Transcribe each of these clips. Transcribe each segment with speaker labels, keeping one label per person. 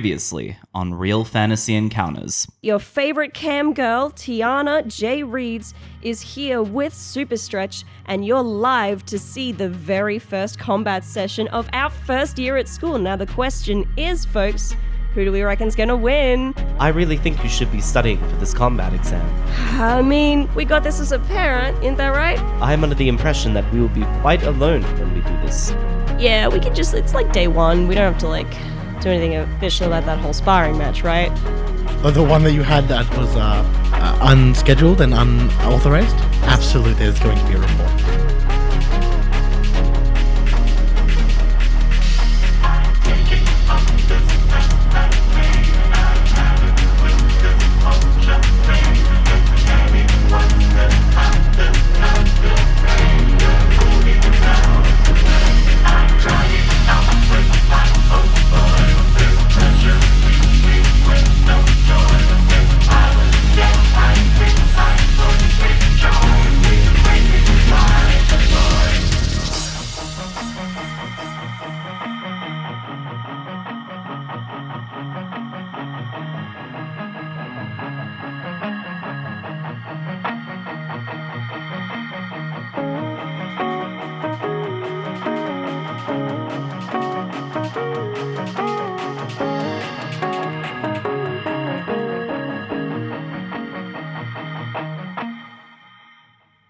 Speaker 1: Previously on Real Fantasy Encounters.
Speaker 2: Your favorite cam girl, Tiana J. Reeds, is here with Super Stretch, and you're live to see the very first combat session of our first year at school. Now, the question is, folks, who do we reckon's gonna win?
Speaker 3: I really think you should be studying for this combat exam.
Speaker 2: I mean, we got this as a parent, ain't that right?
Speaker 3: I'm under the impression that we will be quite alone when we do this.
Speaker 2: Yeah, we could just, it's like day one. We don't have to, like, do anything official about that whole sparring match, right?
Speaker 4: Oh, the one that you had that was uh, uh, unscheduled and unauthorized? Absolutely, there's going to be a report.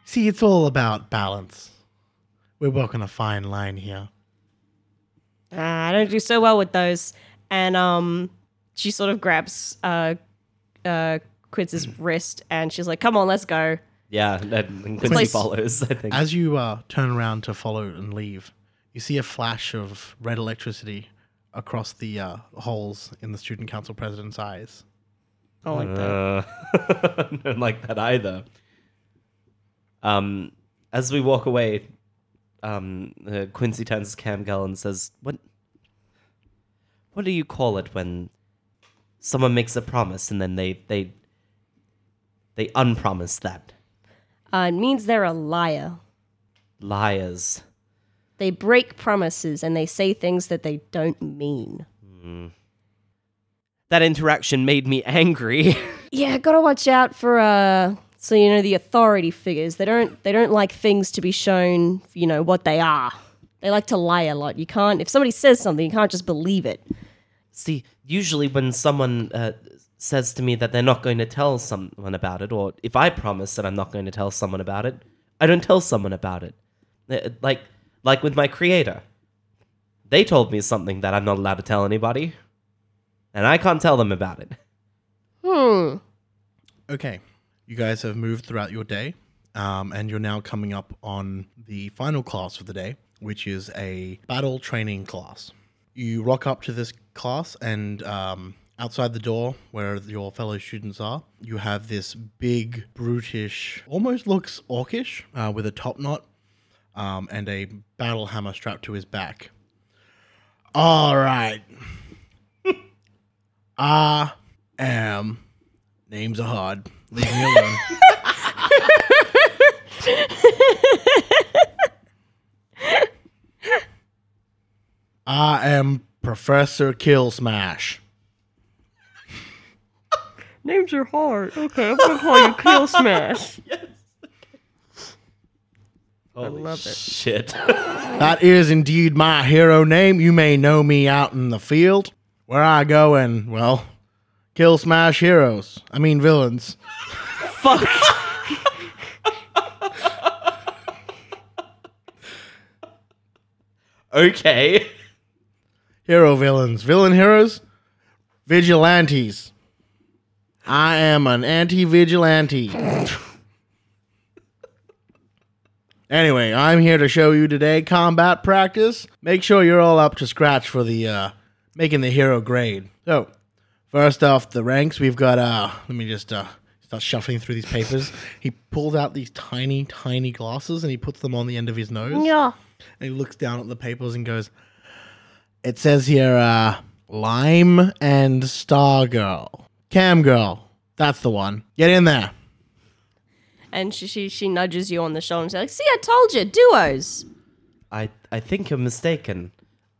Speaker 4: See, it's all about balance. We're walking a fine line here.
Speaker 2: Uh, I don't do so well with those. And um, she sort of grabs uh, uh, Quince's wrist and she's like, come on, let's go.
Speaker 3: Yeah, and Quincy
Speaker 2: like-
Speaker 3: follows, I think.
Speaker 4: As you uh, turn around to follow and leave, you see a flash of red electricity across the uh, holes in the student council president's eyes.
Speaker 2: I don't Oh, like that.
Speaker 3: Uh, I don't like that either. Um, as we walk away, um, uh, Quincy turns to Cam Gell and says, "What? What do you call it when someone makes a promise and then they they they unpromise that?
Speaker 2: Uh, it means they're a liar.
Speaker 3: Liars."
Speaker 2: They break promises and they say things that they don't mean.
Speaker 3: That interaction made me angry.
Speaker 2: Yeah, gotta watch out for uh so you know the authority figures. They don't they don't like things to be shown, you know, what they are. They like to lie a lot. You can't if somebody says something, you can't just believe it.
Speaker 3: See, usually when someone uh, says to me that they're not going to tell someone about it, or if I promise that I'm not going to tell someone about it, I don't tell someone about it. Uh, Like, like with my creator, they told me something that I'm not allowed to tell anybody, and I can't tell them about it.
Speaker 2: Hmm.
Speaker 4: Okay. You guys have moved throughout your day, um, and you're now coming up on the final class of the day, which is a battle training class. You rock up to this class, and um, outside the door where your fellow students are, you have this big, brutish, almost looks orcish, uh, with a top knot um, and a battle hammer strapped to his back. All right. I am Names are hard. Leave me alone. I am Professor Kill Smash.
Speaker 2: Names are hard. Okay, I'm gonna call you Kill Smash.
Speaker 3: Holy
Speaker 2: love it.
Speaker 3: Shit.
Speaker 4: That is indeed my hero name. You may know me out in the field where I go and, well, kill smash heroes. I mean, villains.
Speaker 3: Fuck. okay.
Speaker 4: Hero villains. Villain heroes? Vigilantes. I am an anti vigilante. anyway, I'm here to show you today combat practice. Make sure you're all up to scratch for the uh, making the hero grade. So, first off the ranks, we've got uh let me just uh start shuffling through these papers. he pulls out these tiny, tiny glasses and he puts them on the end of his nose.
Speaker 2: Yeah.
Speaker 4: And he looks down at the papers and goes, It says here, uh, Lime and Stargirl. Cam Girl. That's the one. Get in there.
Speaker 2: And she, she she nudges you on the shoulder and says, like, "See, I told you, duos."
Speaker 3: I I think you're mistaken.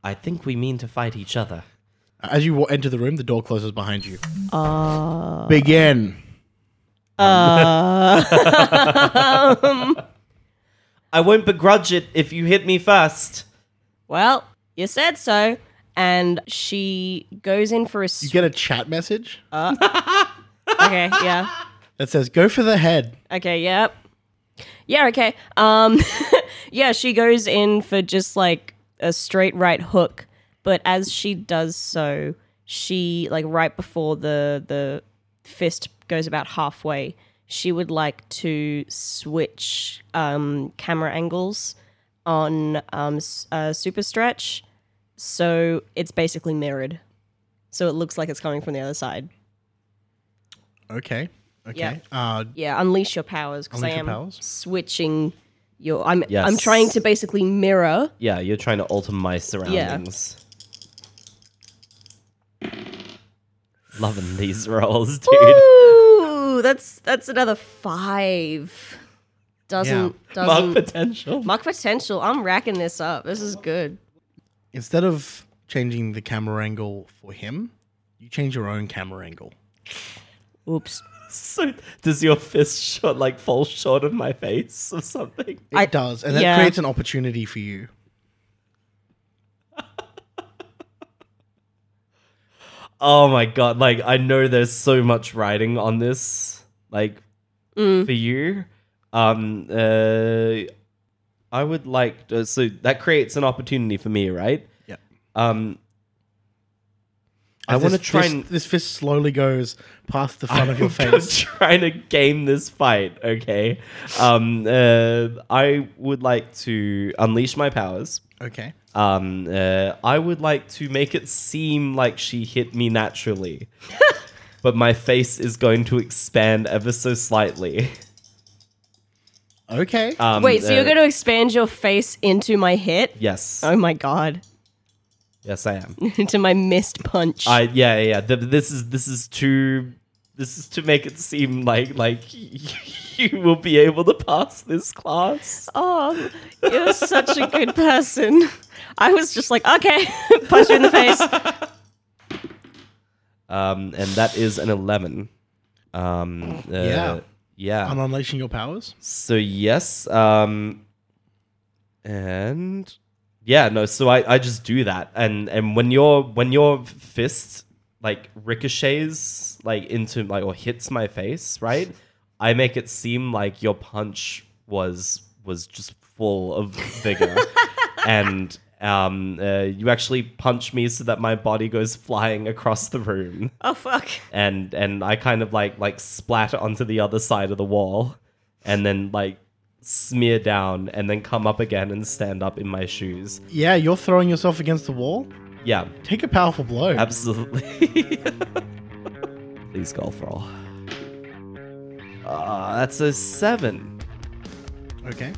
Speaker 3: I think we mean to fight each other.
Speaker 4: As you wa- enter the room, the door closes behind you.
Speaker 2: Uh.
Speaker 4: Begin.
Speaker 3: I won't begrudge it if you hit me first.
Speaker 2: Well, you said so. And she goes in for a.
Speaker 4: You
Speaker 2: Sw-
Speaker 4: get a chat message
Speaker 2: okay, yeah.
Speaker 4: that says, "Go for the head."
Speaker 2: Okay, yep. Yeah, okay. Um yeah, she goes in for just like a straight right hook, but as she does so, she like right before the the fist goes about halfway, she would like to switch um camera angles on um s- uh, super stretch. So it's basically mirrored. So it looks like it's coming from the other side.
Speaker 4: Okay. Okay.
Speaker 2: Yeah.
Speaker 4: Uh,
Speaker 2: Yeah, unleash your powers because I
Speaker 4: Unleash your
Speaker 2: am
Speaker 4: powers.
Speaker 2: switching your. I'm I'm
Speaker 3: Yes.
Speaker 2: trying to basically mirror.
Speaker 3: Yeah, you're trying to alter my surroundings. Loving these rolls, dude.
Speaker 2: Ooh, that's that's another five. Doesn't doesn't
Speaker 3: Mark
Speaker 2: mark,
Speaker 3: potential.
Speaker 2: potential. I'm racking this up. This is good.
Speaker 4: instead of changing the camera angle for him, you change your own camera angle.
Speaker 2: Oops.
Speaker 3: So does your fist shot like fall short of my face or something?
Speaker 4: It
Speaker 2: I-
Speaker 4: does, and that
Speaker 2: yeah.
Speaker 4: creates an opportunity for you.
Speaker 3: Oh my god! Like I know there's so much writing on this. Like for you, um, uh, I would like to, so that creates an opportunity for me, right?
Speaker 4: Yep.
Speaker 3: Um, I
Speaker 4: As
Speaker 3: want to
Speaker 4: this
Speaker 3: try
Speaker 4: fist-
Speaker 3: and
Speaker 4: this fist slowly goes past the front of your
Speaker 3: I'm
Speaker 4: face.
Speaker 3: trying to game this fight, okay? Um, uh, I would like to unleash my powers.
Speaker 4: Okay.
Speaker 3: Um, uh, I would like to make it seem like she hit me naturally, but my face is going to expand ever so slightly.
Speaker 4: Okay.
Speaker 3: Um,
Speaker 2: Wait, so
Speaker 3: uh,
Speaker 2: you're going to expand your face into my hit?
Speaker 3: Yes,
Speaker 2: Oh my god,
Speaker 3: yes, I am.
Speaker 2: into my missed punch.
Speaker 3: I yeah yeah. yeah. Th- this is this is to this is to make it seem like like you will be able to pass this class.
Speaker 2: oh, you're such a good person. I was just like, okay, punch you in the face.
Speaker 3: um, and that is an eleven. Um, uh,
Speaker 4: Yeah.
Speaker 3: yeah.
Speaker 4: I'm unleashing your powers.
Speaker 3: so yes, um, and yeah, no. So I, I just do that, and and when your when your fist like ricochets like into like or hits my face, right? I make it seem like your punch was was just full of vigor, and um, uh, you actually punch me so that my body goes flying across the room
Speaker 2: Oh fuck.
Speaker 3: and and I kind of like like splat onto the other side of the wall, and then like smear down, and then come up again and stand up in my shoes.
Speaker 4: Yeah, you're throwing yourself against the wall.
Speaker 3: Yeah,
Speaker 4: Take a powerful blow.
Speaker 3: absolutely. Please golf roll. Ah, that's a seven.
Speaker 4: okay.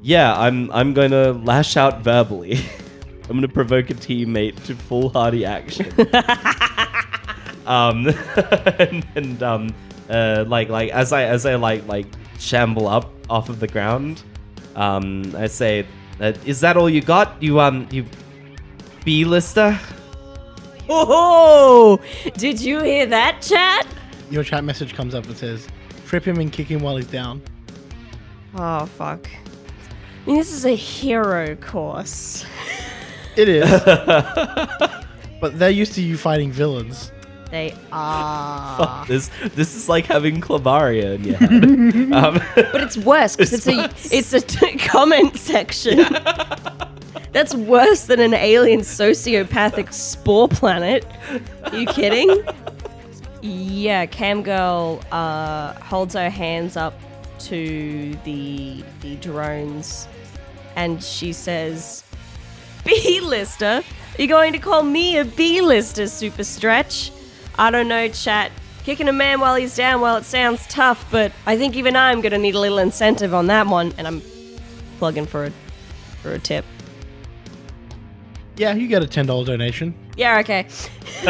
Speaker 3: Yeah, I'm I'm gonna lash out verbally. I'm gonna provoke a teammate to foolhardy action. um, and, and, um, uh, like like as I as I like like shamble up off of the ground, um, I say, uh, "Is that all you got? You um you B lister?"
Speaker 2: Oh, did you hear that, chat?
Speaker 4: Your chat message comes up and says, "Trip him and kick him while he's down."
Speaker 2: Oh, fuck. I mean, this is a hero course.
Speaker 4: It is. but they're used to you fighting villains.
Speaker 2: They are.
Speaker 3: This this is like having clavaria in your head. um,
Speaker 2: But it's worse because it's, a it's a comment section. That's worse than an alien sociopathic spore planet. you kidding? Yeah, Cam Girl uh, holds her hands up to the the drones, and she says, "B-lister, you're going to call me a B-lister, Super Stretch? I don't know, chat. Kicking a man while he's down, well, it sounds tough, but I think even I'm going to need a little incentive on that one, and I'm plugging for a for a tip.
Speaker 4: Yeah, you get a ten dollar donation.
Speaker 2: Yeah, okay.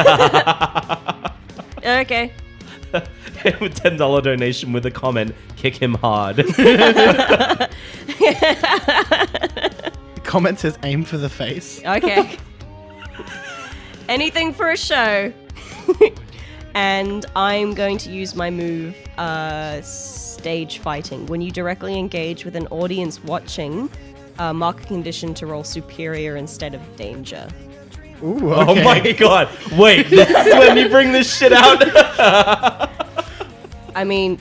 Speaker 2: okay.
Speaker 3: with ten dollar donation with a comment, kick him hard.
Speaker 4: The comment says, "Aim for the face."
Speaker 2: Okay. Anything for a show. and I'm going to use my move, uh, stage fighting. When you directly engage with an audience watching, uh, mark a condition to roll superior instead of danger.
Speaker 4: Ooh,
Speaker 3: Oh my god! Wait, this is when you bring this shit out.
Speaker 2: I mean,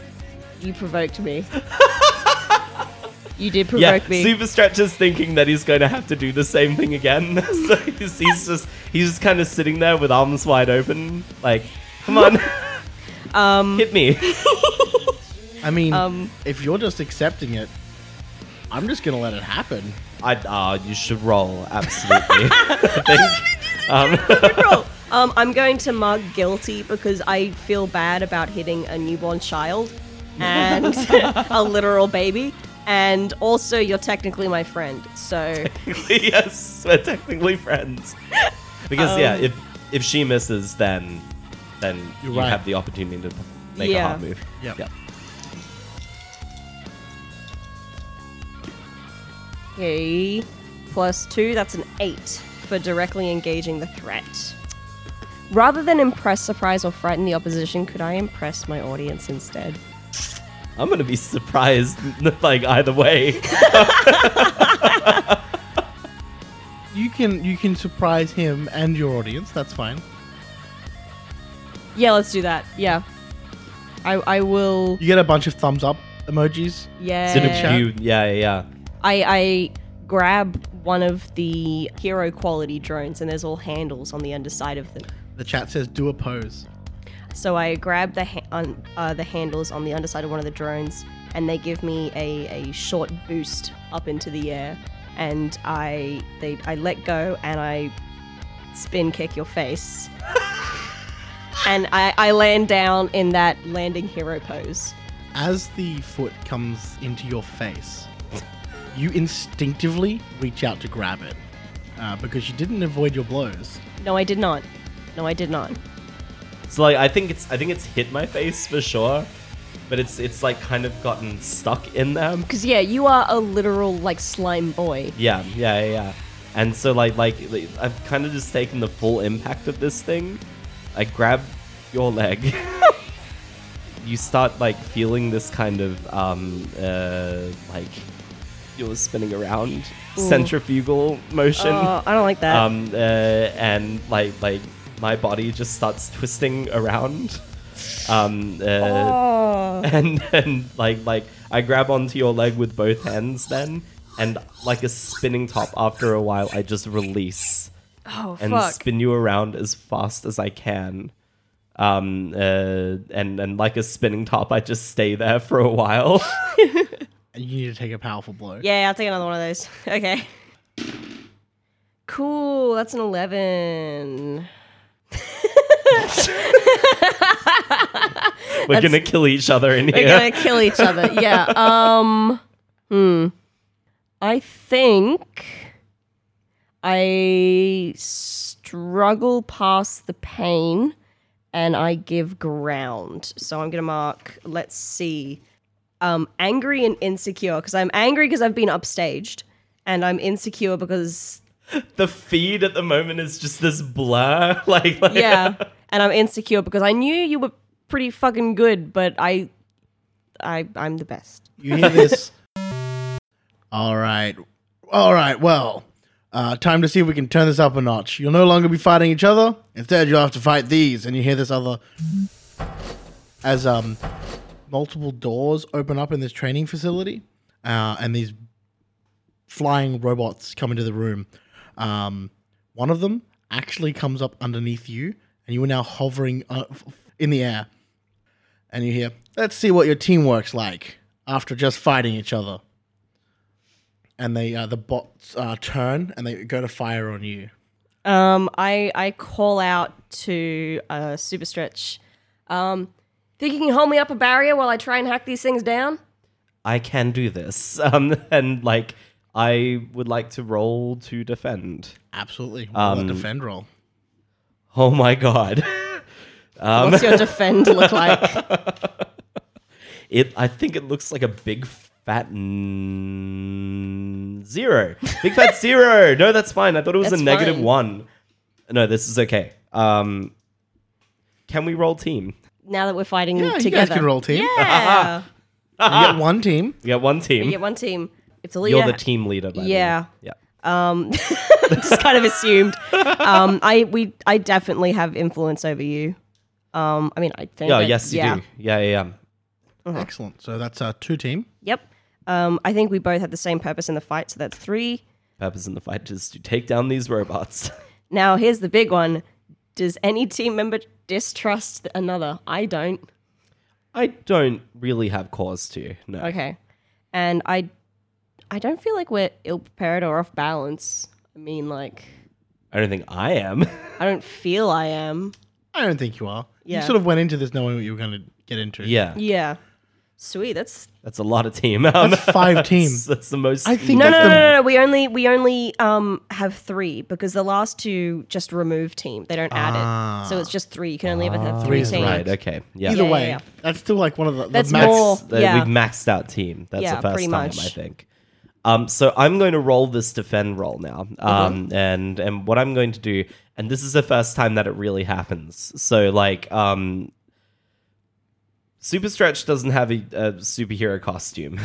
Speaker 2: you provoked me. you did provoke
Speaker 3: yeah,
Speaker 2: me.
Speaker 3: Super Stretch is thinking that he's going to have to do the same thing again. so he's, he's just he's just kind of sitting there with arms wide open, like, come on, um, hit me.
Speaker 4: I mean, if you're just accepting it, I'm just gonna let it happen.
Speaker 3: I ah, you should roll absolutely. I think. Um,
Speaker 2: Roll. Um, I'm going to mark guilty because I feel bad about hitting a newborn child and a literal baby. And also, you're technically my friend, so
Speaker 3: yes, we're technically friends. Because yeah,
Speaker 2: Um,
Speaker 3: if if she misses, then then
Speaker 4: You're
Speaker 3: you
Speaker 4: right.
Speaker 3: have the opportunity to make a
Speaker 2: Yeah.
Speaker 3: hard move.
Speaker 4: Yep.
Speaker 2: okay. Plus two, that's an eight for directly engaging the threat. Rather than impress, surprise, or frighten the opposition, could I impress my audience instead?
Speaker 3: I'm gonna be surprised, like either way.
Speaker 4: You can you can surprise him and your audience. That's fine.
Speaker 2: Yeah, let's do that. Yeah. I, I will.
Speaker 4: You get a bunch of thumbs up emojis.
Speaker 2: Yeah.
Speaker 3: Sort of you- yeah, yeah, yeah.
Speaker 2: I, I grab one of the hero quality drones, and there's all handles on the underside of them.
Speaker 4: The chat says do a pose.
Speaker 2: So I grab the ha- on, uh, the handles on the underside of one of the drones, and they give me a, a short boost up into the air, and I they I let go and I spin kick your face, and I, I land down in that landing hero pose.
Speaker 4: As the foot comes into your face, you instinctively reach out to grab it uh, because you didn't avoid your blows.
Speaker 2: No, I did not. No, I did not.
Speaker 3: So like I think it's I think it's hit my face for sure, but it's it's like kind of gotten stuck in them.
Speaker 2: Because yeah, you are a literal like slime boy.
Speaker 3: Yeah, yeah, yeah, yeah. And so like like like, I've kind of just taken the full impact of this thing. I grab your leg. you start like feeling this kind of um uh like you're spinning around centrifugal motion.
Speaker 2: Oh, I don't like that.
Speaker 3: um, uh, and like like my body just starts twisting around, um, uh,
Speaker 2: oh.
Speaker 3: and and like like I grab onto your leg with both hands then, and like a spinning top. After a while, I just release
Speaker 2: Oh,
Speaker 3: and
Speaker 2: fuck.
Speaker 3: spin you around as fast as I can. Um, uh, and and like a spinning top, I just stay there for a while.
Speaker 4: And you need to take a powerful blow.
Speaker 2: yeah, I'll take another one of those. Okay. Cool. That's an eleven.
Speaker 3: We're gonna kill each other in
Speaker 2: We're
Speaker 3: here.
Speaker 2: gonna kill each other. Yeah. Um. Hmm. I think I struggle past the pain, and I give ground. So I'm gonna mark. Let's see. Um, angry and insecure because I'm angry because I've been upstaged, and I'm insecure because
Speaker 3: The feed at the moment is just this blur, like, like
Speaker 2: yeah, and I'm insecure because I knew you were pretty fucking good, but I, I, I'm the best.
Speaker 4: You hear this? all right. All right. Well, uh, time to see if we can turn this up a notch. You'll no longer be fighting each other. Instead, you'll have to fight these. And you hear this other. As um, multiple doors open up in this training facility, uh, and these flying robots come into the room. Um, one of them actually comes up underneath you, and you are now hovering uh, f- in the air and you hear, "Let's see what your teamwork's like after just fighting each other." And they uh, the bots uh, turn and they go to fire on you.
Speaker 2: Um, I I call out to uh, Super Stretch. Um, think you can hold me up a barrier while I try and hack these things down?
Speaker 3: I can do this. Um, and like, I would like to roll to defend.
Speaker 4: Absolutely, Roll a
Speaker 3: Um,
Speaker 4: defend roll.
Speaker 3: Oh my god.
Speaker 2: What's your defend look like?
Speaker 3: It, I think it looks like a big fat n- zero. Big fat zero. No, that's fine. I thought it was
Speaker 2: That's
Speaker 3: a negative
Speaker 2: fine.
Speaker 3: one. No, this is okay. Um, can we roll team?
Speaker 2: Now that we're fighting
Speaker 4: Yeah, you
Speaker 2: together.
Speaker 4: guys can roll team.
Speaker 2: Yeah.
Speaker 4: You get one team.
Speaker 3: We got one
Speaker 2: you
Speaker 3: team.
Speaker 2: get one team. It's a
Speaker 3: You're
Speaker 2: leader.
Speaker 3: the team leader. By the way.
Speaker 2: Yeah.
Speaker 3: Yeah.
Speaker 2: just kind of assumed. Um, I we I definitely have influence over you. Um, I mean, I think.
Speaker 3: Oh,
Speaker 2: that-
Speaker 3: yes, you
Speaker 2: yeah.
Speaker 3: do. Yeah, yeah, yeah. Uh-huh.
Speaker 4: Excellent. So that's uh, two team.
Speaker 2: Yep. Um, I think we both had the same purpose in the fight, so that's three.
Speaker 3: Purpose in the fight is to take down these robots.
Speaker 2: Now here's the big one: Does any team member distrust th- another? I don't.
Speaker 3: I don't really have cause to. No.
Speaker 2: Okay. And I, I don't feel like we're ill prepared or off balance. I mean, like,
Speaker 3: I don't think I am.
Speaker 2: I don't feel I am.
Speaker 4: I don't think you are.
Speaker 2: Yeah.
Speaker 4: You sort of went into this knowing what you were going to get into.
Speaker 3: yeah.
Speaker 2: Yeah. Sweet. That's
Speaker 3: That's a lot of team. Um,
Speaker 4: That's five team.
Speaker 3: that's, that's the most.
Speaker 4: I think
Speaker 2: No, no,
Speaker 4: that's
Speaker 2: no,
Speaker 4: the,
Speaker 2: no, no. We only we only um have three because the last two just remove team. They don't add
Speaker 3: Ah.
Speaker 2: it, so it's just three. You can only ever have three
Speaker 4: is
Speaker 2: teams.
Speaker 3: Right. Okay. Yeah.
Speaker 4: Either
Speaker 2: yeah,
Speaker 4: way,
Speaker 2: yeah.
Speaker 4: that's still like one of the, the
Speaker 2: That's
Speaker 4: max.
Speaker 2: more-
Speaker 3: That
Speaker 2: Yeah.
Speaker 3: We've maxed out team. That's
Speaker 2: Yeah,
Speaker 3: the first
Speaker 2: pretty
Speaker 3: time
Speaker 2: much.
Speaker 3: I think. Um, so I'm going to roll this defend roll now, um, and and what I'm going to do, and this is the first time that it really happens. So like, um, Super Stretch doesn't have a, a superhero costume.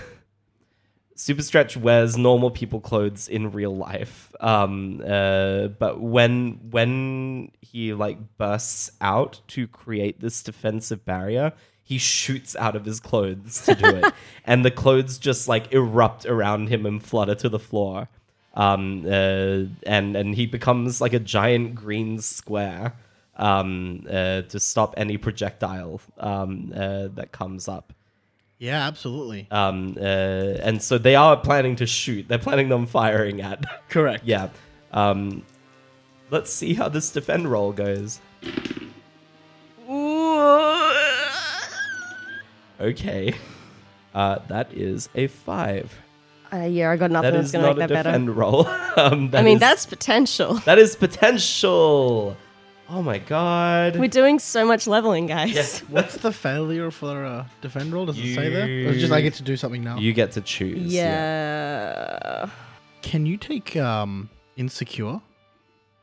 Speaker 3: Super Stretch wears normal people clothes in real life, um, uh, but when when he like bursts out to create this defensive barrier, he shoots out of his clothes to do it, and the clothes just like erupt around him and flutter to the floor, um, uh, and and he becomes like a giant green square um, uh, to stop any projectile um, uh, that comes up.
Speaker 4: Yeah, absolutely.
Speaker 3: Um, uh, and so they are planning to shoot. They're planning on firing at.
Speaker 4: Correct.
Speaker 3: yeah. Um, let's see how this defend roll goes. Okay. Uh, that is a five.
Speaker 2: Uh, yeah, I got nothing
Speaker 3: That
Speaker 2: that's
Speaker 3: is
Speaker 2: gonna
Speaker 3: not
Speaker 2: make
Speaker 3: a
Speaker 2: that better.
Speaker 3: defend roll. um, that
Speaker 2: I mean,
Speaker 3: is-
Speaker 2: that's potential.
Speaker 3: that is potential. Oh my god.
Speaker 2: We're doing so much leveling, guys.
Speaker 4: What's the failure for uh, defend roll? Does it say there? Or is it just
Speaker 3: You-
Speaker 4: I get to do something now?
Speaker 3: You get to choose.
Speaker 2: Yeah.
Speaker 4: Can you take um, insecure?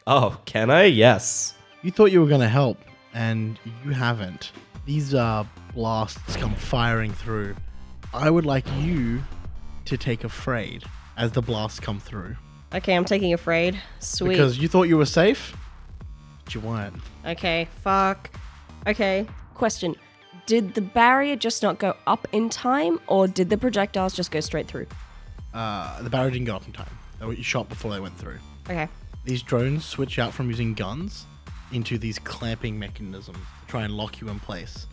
Speaker 3: Oh, can I? Yes.
Speaker 4: You thought you were going to help, and you haven't. These uh, blasts come firing through. I would like you to take afraid as the blasts come through.
Speaker 2: Okay, I'm taking afraid. Sweet.
Speaker 4: Because you thought you were safe, but you weren't.
Speaker 2: Okay, fuck. Okay. Question: Did the barrier just not go up in time, or did the projectiles just go straight through?
Speaker 4: Uh, the barrier didn't go up in time. They were shot before they went through.
Speaker 2: Okay.
Speaker 4: These drones switch out from using guns into these clamping mechanisms to try and lock you in place.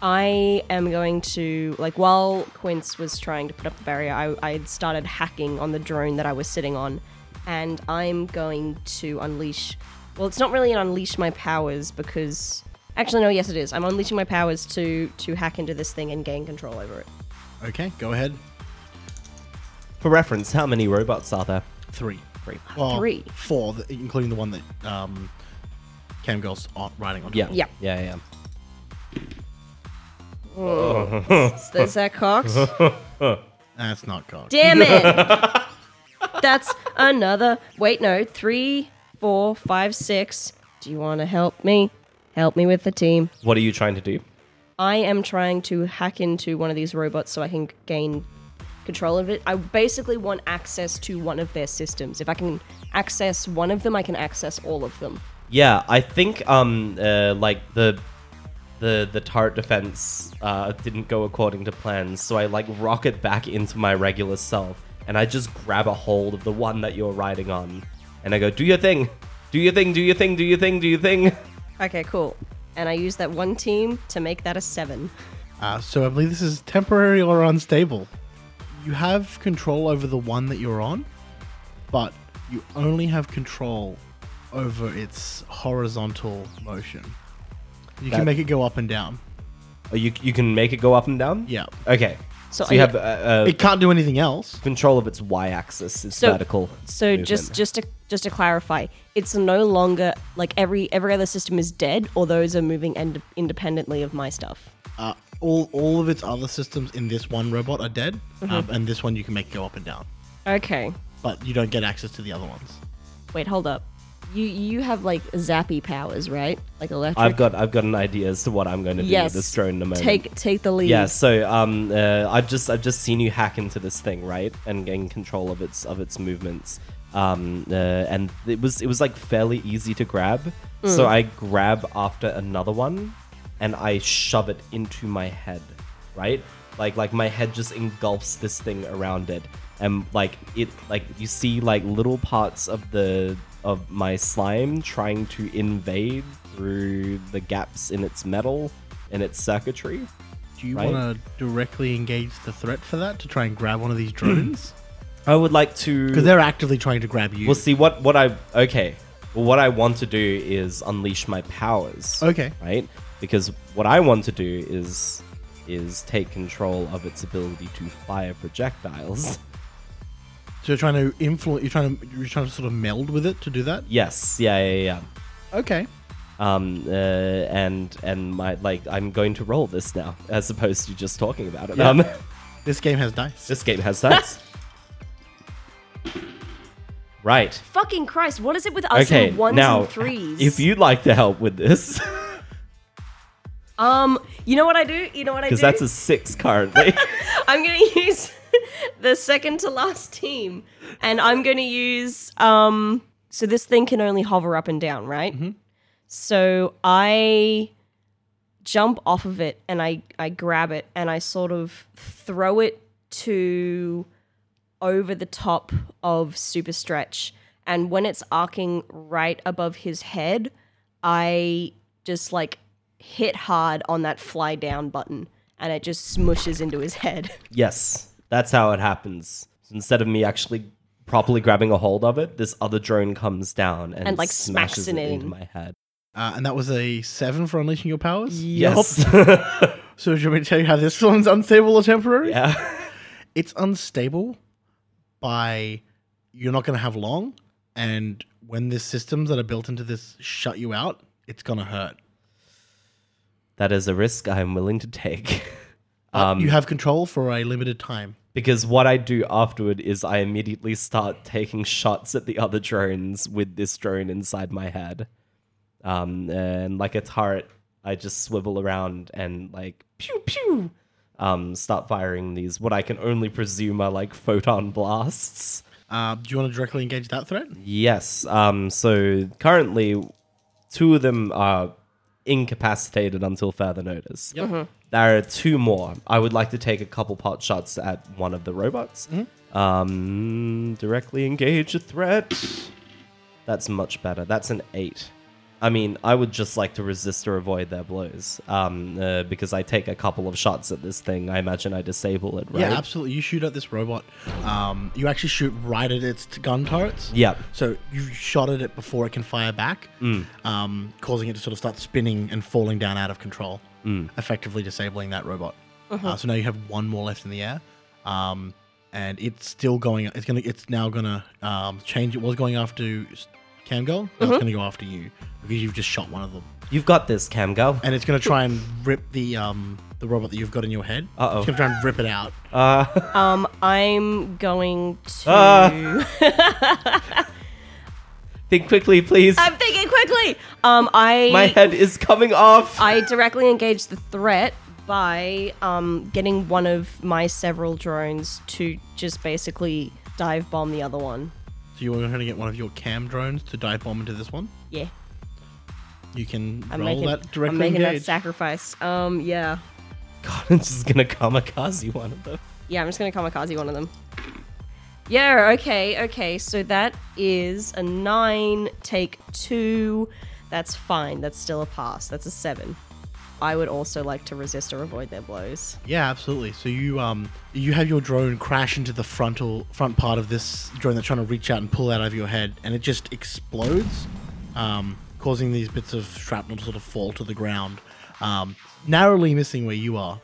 Speaker 2: I am going to like while Quince was trying to put up the barrier, I, I had started hacking on the drone that I was sitting on, and I'm going to unleash. Well, it's not really an unleash my powers because actually no, yes it is. I'm unleashing my powers to to hack into this thing and gain control over it.
Speaker 4: Okay, go ahead.
Speaker 3: For reference, how many robots are there?
Speaker 4: Three. Three.
Speaker 2: Three.
Speaker 4: Four, th- including the one that um, Cam Girl's on, riding on.
Speaker 3: Yeah.
Speaker 2: Yeah.
Speaker 3: Yeah, yeah.
Speaker 2: So There's that Cox.
Speaker 4: That's not God.
Speaker 2: Damn it! That's another. Wait, no. Three, four, five, six. Do you want to help me? Help me with the team.
Speaker 3: What are you trying to do?
Speaker 2: I am trying to hack into one of these robots so I can gain control of it. I basically want access to one of their systems. If I can access one of them, I can access all of them.
Speaker 3: Yeah, I think um uh, like the the the turret defense uh, didn't go according to plan, so I like rocket back into my regular self, and I just grab a hold of the one that you're riding on, and I go, "Do your thing, do your thing, do your thing, do your thing, do your thing."
Speaker 2: Okay, cool. And I use that one team to make that a seven.
Speaker 4: Uh, so I believe this is temporary or unstable. You have control over the one that you're on, but you only have control over its horizontal motion. You
Speaker 3: That-
Speaker 4: can make it go up and down.
Speaker 3: Oh, you you can make it go up and down.
Speaker 4: Yeah.
Speaker 3: Okay.
Speaker 2: So
Speaker 3: So, you
Speaker 2: I-
Speaker 3: have uh, uh,
Speaker 4: It can't do anything else.
Speaker 3: control of its y-axis, its
Speaker 2: So-
Speaker 3: vertical.
Speaker 2: So just
Speaker 3: movement.
Speaker 2: just to just to clarify, it's no longer like every every other system is dead, or those are moving ind- independently of my stuff.
Speaker 4: Uh, all all of its other systems in this one robot are dead, um, and this one you can make go up and down,
Speaker 2: Okay,
Speaker 4: but you don't get access to the other ones.
Speaker 2: wait, hold up. You you have like zappy powers, right? Like electric.
Speaker 3: I've got I've got an idea as to what I'm going to do
Speaker 2: yes.
Speaker 3: with this drone in a moment.
Speaker 2: Take take the lead.
Speaker 3: yeah, so um, uh, I've just I've just seen you hack into this thing, right, and gain control of its of its movements. Um, uh, and it was it was like fairly easy to grab. So I grab after another one, and I shove it into my head, right? Like like my head just engulfs this thing around it, and like it like you see like little parts of the of my slime trying to invade through the gaps in its metal and its circuitry.
Speaker 4: Do you
Speaker 3: Right.
Speaker 4: want to directly engage the threat for that to try and grab one of these drones?
Speaker 3: I would like to.
Speaker 4: Because they're actively trying to grab you.
Speaker 3: Well, see what what I okay. Well, what I want to do is unleash my powers.
Speaker 4: Okay.
Speaker 3: Right. Because what I want to do is is take control of its ability to fire projectiles.
Speaker 4: So you're trying to influence. You're trying to. You're trying to sort of meld with it to do that.
Speaker 3: Yes. Yeah. Yeah. Yeah.
Speaker 4: Okay.
Speaker 3: Um. Uh, and and my like I'm going to roll this now as opposed to just talking about it.
Speaker 4: Yeah.
Speaker 3: Um.
Speaker 4: This game has dice.
Speaker 3: This game has dice. right.
Speaker 2: Fucking Christ! What is it with us
Speaker 3: okay.
Speaker 2: and ones
Speaker 3: now,
Speaker 2: and threes?
Speaker 3: if you'd like to help with this,
Speaker 2: um, you know what I do? You know what I do?
Speaker 3: because that's a six currently.
Speaker 2: I'm gonna use the second to last team, and I'm gonna use um. So this thing can only hover up and down, right? So I jump off of it and I I grab it and I sort of throw it to over the top of Super Stretch, and when it's arcing right above his head, I just like hit hard on that fly down button and it just smushes into his head.
Speaker 3: Yes, that's how it happens. So instead of me actually properly grabbing a hold of it, this other drone comes down and,
Speaker 2: And, like, smacks
Speaker 3: smashes
Speaker 2: it
Speaker 3: it
Speaker 2: in.
Speaker 3: into my head.
Speaker 4: Uh, and that was a seven for unleashing your powers.
Speaker 3: Yes.
Speaker 4: So do you want me to tell you how this one's unstable or temporary?
Speaker 3: yeah.
Speaker 4: It's unstable by you're not going to have long, and when the systems that are built into this shut you out, it's going to hurt.
Speaker 3: That is a risk I am willing to take.
Speaker 4: Um, you have control for a limited time.
Speaker 3: Because what I do afterward is I immediately start taking shots at the other drones with this drone inside my head. Um, and like a turret, I just swivel around and like pew pew, um, start firing these what I can only presume are like photon blasts.
Speaker 4: Uh, do you want to directly engage that threat?
Speaker 3: Yes. Um, so currently, two of them are incapacitated until further notice.
Speaker 4: Mm-hmm.
Speaker 3: There are two more. I would like to take a couple pot shots at one of the robots.
Speaker 4: Mm-hmm.
Speaker 3: Um, directly engage a threat. That's much better. That's an eight. I mean, I would just like to resist or avoid their blows um, uh, because I take a couple of shots at this thing. I imagine I disable it, right?
Speaker 4: Yeah, absolutely. You shoot at this robot. Um, you actually shoot right at its t- gun turrets.
Speaker 3: Yeah. Mm.
Speaker 4: So you shot at it before it can fire back, um, causing it to sort of start spinning and falling down out of control,
Speaker 3: Mm.
Speaker 4: effectively disabling that robot. Uh, so now you have one more left in the air, um, and it's still going. It's gonna. It's now gonna um, change. It was going after s- Camgirl. Now It's gonna go after you because you've just shot one of them,
Speaker 3: You've got this, Camgo.
Speaker 4: and it's gonna try and rip the um, the robot that you've got in your head.
Speaker 3: Uh-oh.
Speaker 4: It's gonna try and rip it out.
Speaker 2: Um, I'm going to.
Speaker 3: Ah. Think quickly, please.
Speaker 2: I'm thinking quickly. Um, I
Speaker 3: My head is coming off.
Speaker 2: I directly engage the threat by um getting one of my several drones to just basically dive bomb the other one.
Speaker 4: So you're going to get one of your cam drones to dive bomb into this one.
Speaker 2: Yeah,
Speaker 4: You can
Speaker 2: I'm
Speaker 4: roll
Speaker 2: making
Speaker 4: that
Speaker 2: I'm
Speaker 4: directly
Speaker 2: making
Speaker 4: engage.
Speaker 2: that sacrifice. Um, yeah,
Speaker 3: God, I'm just gonna kamikaze one of them.
Speaker 2: yeah. I'm just gonna kamikaze one of them. Yeah, okay, okay. So that is a nine, take two. That's fine. That's still a pass. That's a seven. I would also like to resist or avoid their blows.
Speaker 4: yeah, absolutely. So you um you have your drone crash into the frontal front part of this drone that's trying to reach out and pull out of your head, and it just explodes, um, causing these bits of shrapnel to sort of fall to the ground, um, narrowly missing where you are.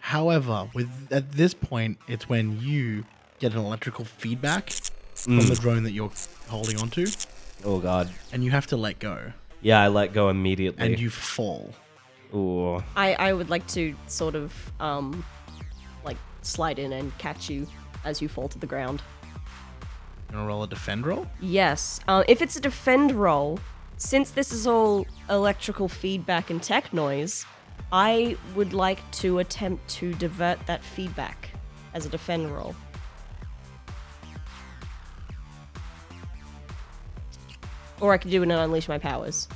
Speaker 4: However, with at this point, it's when you get an electrical feedback from the drone that you're holding onto,
Speaker 3: Oh god.
Speaker 4: and you have to let go,
Speaker 3: Yeah, I let go immediately.
Speaker 4: and you fall.
Speaker 3: Ooh.
Speaker 2: I, I would like to sort of um like slide in and catch you as you fall to the ground.
Speaker 4: You want to roll a defend roll?
Speaker 2: Yes. Um, if it's a defend roll, since this is all electrical feedback and tech noise, I would like to attempt to divert that feedback as a defend roll. Or I could do it and unleash my powers.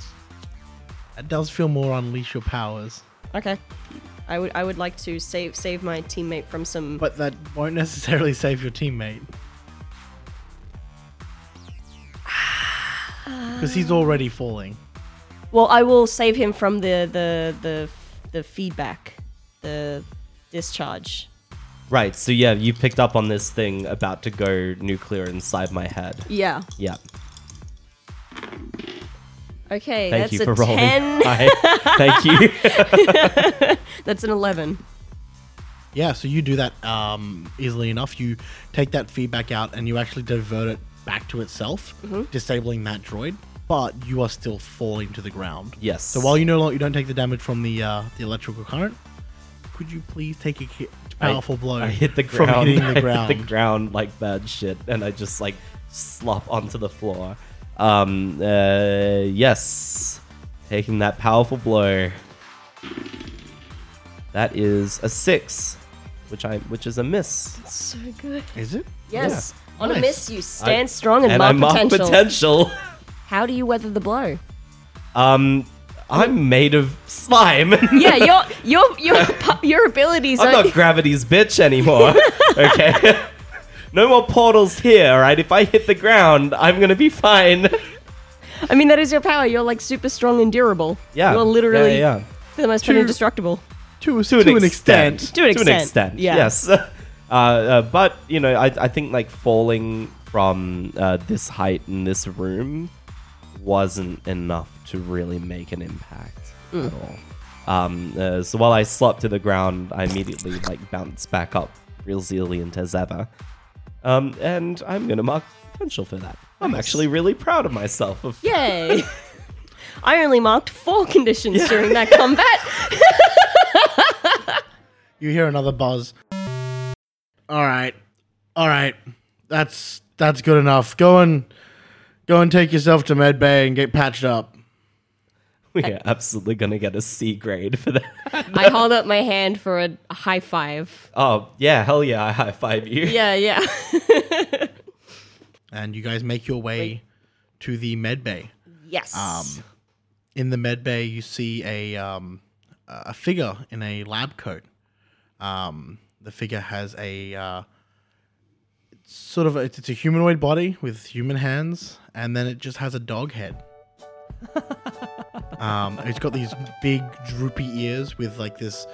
Speaker 4: That does feel more unleash your powers,
Speaker 2: Okay. I would I would like to save save my teammate from some
Speaker 4: but that won't necessarily save your teammate. Because he's already falling.
Speaker 2: Well, I will save him from the the the the feedback, the discharge.
Speaker 3: Right, so yeah, you picked up on this thing about to go nuclear inside my head.
Speaker 2: Yeah.
Speaker 3: Yeah.
Speaker 2: Okay,
Speaker 3: Thank
Speaker 2: that's
Speaker 3: you for
Speaker 2: a
Speaker 3: rolling.
Speaker 2: ten.
Speaker 3: Hi. Thank you.
Speaker 2: That's an eleven.
Speaker 4: Yeah, so you do that um, easily enough. You take that feedback out and you actually divert it back to itself, disabling that droid. But you are still falling to the ground.
Speaker 3: Yes.
Speaker 4: So while you no longer you don't take the damage from the uh, the electrical current, could you please take a ki- powerful blow?
Speaker 3: I hit the
Speaker 4: from
Speaker 3: ground.
Speaker 4: hitting
Speaker 3: I
Speaker 4: the ground.
Speaker 3: hit the ground like bad shit, and I just like slop onto the floor. Um, uh, yes, taking that powerful blow. That is a six, which I which is a miss.
Speaker 2: So good.
Speaker 4: Is it?
Speaker 2: Yes. On a
Speaker 4: Nice.
Speaker 2: miss, you
Speaker 3: I-
Speaker 2: stand strong and,
Speaker 3: and
Speaker 2: mark
Speaker 3: I mark
Speaker 2: potential.
Speaker 3: potential.
Speaker 2: How do you weather the blow?
Speaker 3: Um, I'm made of slime.
Speaker 2: Yeah, your your your pu- your abilities
Speaker 3: I'm
Speaker 2: are.
Speaker 3: not gravity's bitch anymore. okay. No more portals here, all right? If I hit the ground, I'm gonna be fine.
Speaker 2: I mean, that is your power. You're like super strong and durable.
Speaker 3: Yeah.
Speaker 2: You're literally
Speaker 3: Yeah, yeah.
Speaker 2: for the most part
Speaker 4: To-
Speaker 2: indestructible.
Speaker 4: To, a-
Speaker 3: to, an, extent.
Speaker 2: To an extent, yeah.
Speaker 3: Yes. Uh, uh, but you know, I, I think like falling from uh, this height in this room wasn't enough to really make an impact
Speaker 2: Mm.
Speaker 3: at all. Um, uh, so while I slopped to the ground, I immediately like bounced back up real resilient as ever. Um, and I'm gonna mark potential for that. I'm actually really proud of myself. Of
Speaker 2: Yay! I only marked four conditions during that combat.
Speaker 4: You hear another buzz. All right, all right, that's that's good enough. Go and go and take yourself to med bay and get patched up.
Speaker 3: we are absolutely gonna get a C grade for that.
Speaker 2: I hold up my hand for a high five.
Speaker 3: oh yeah, hell yeah! I high five you.
Speaker 2: Yeah, yeah.
Speaker 4: And you guys make your way to the med bay.
Speaker 2: yes.
Speaker 4: Um, in the med bay, you see a um, a figure in a lab coat. Um, the figure has a uh, it's sort of a, it's a humanoid body with human hands, and then it just has a dog head. um, it's got these big droopy ears with like this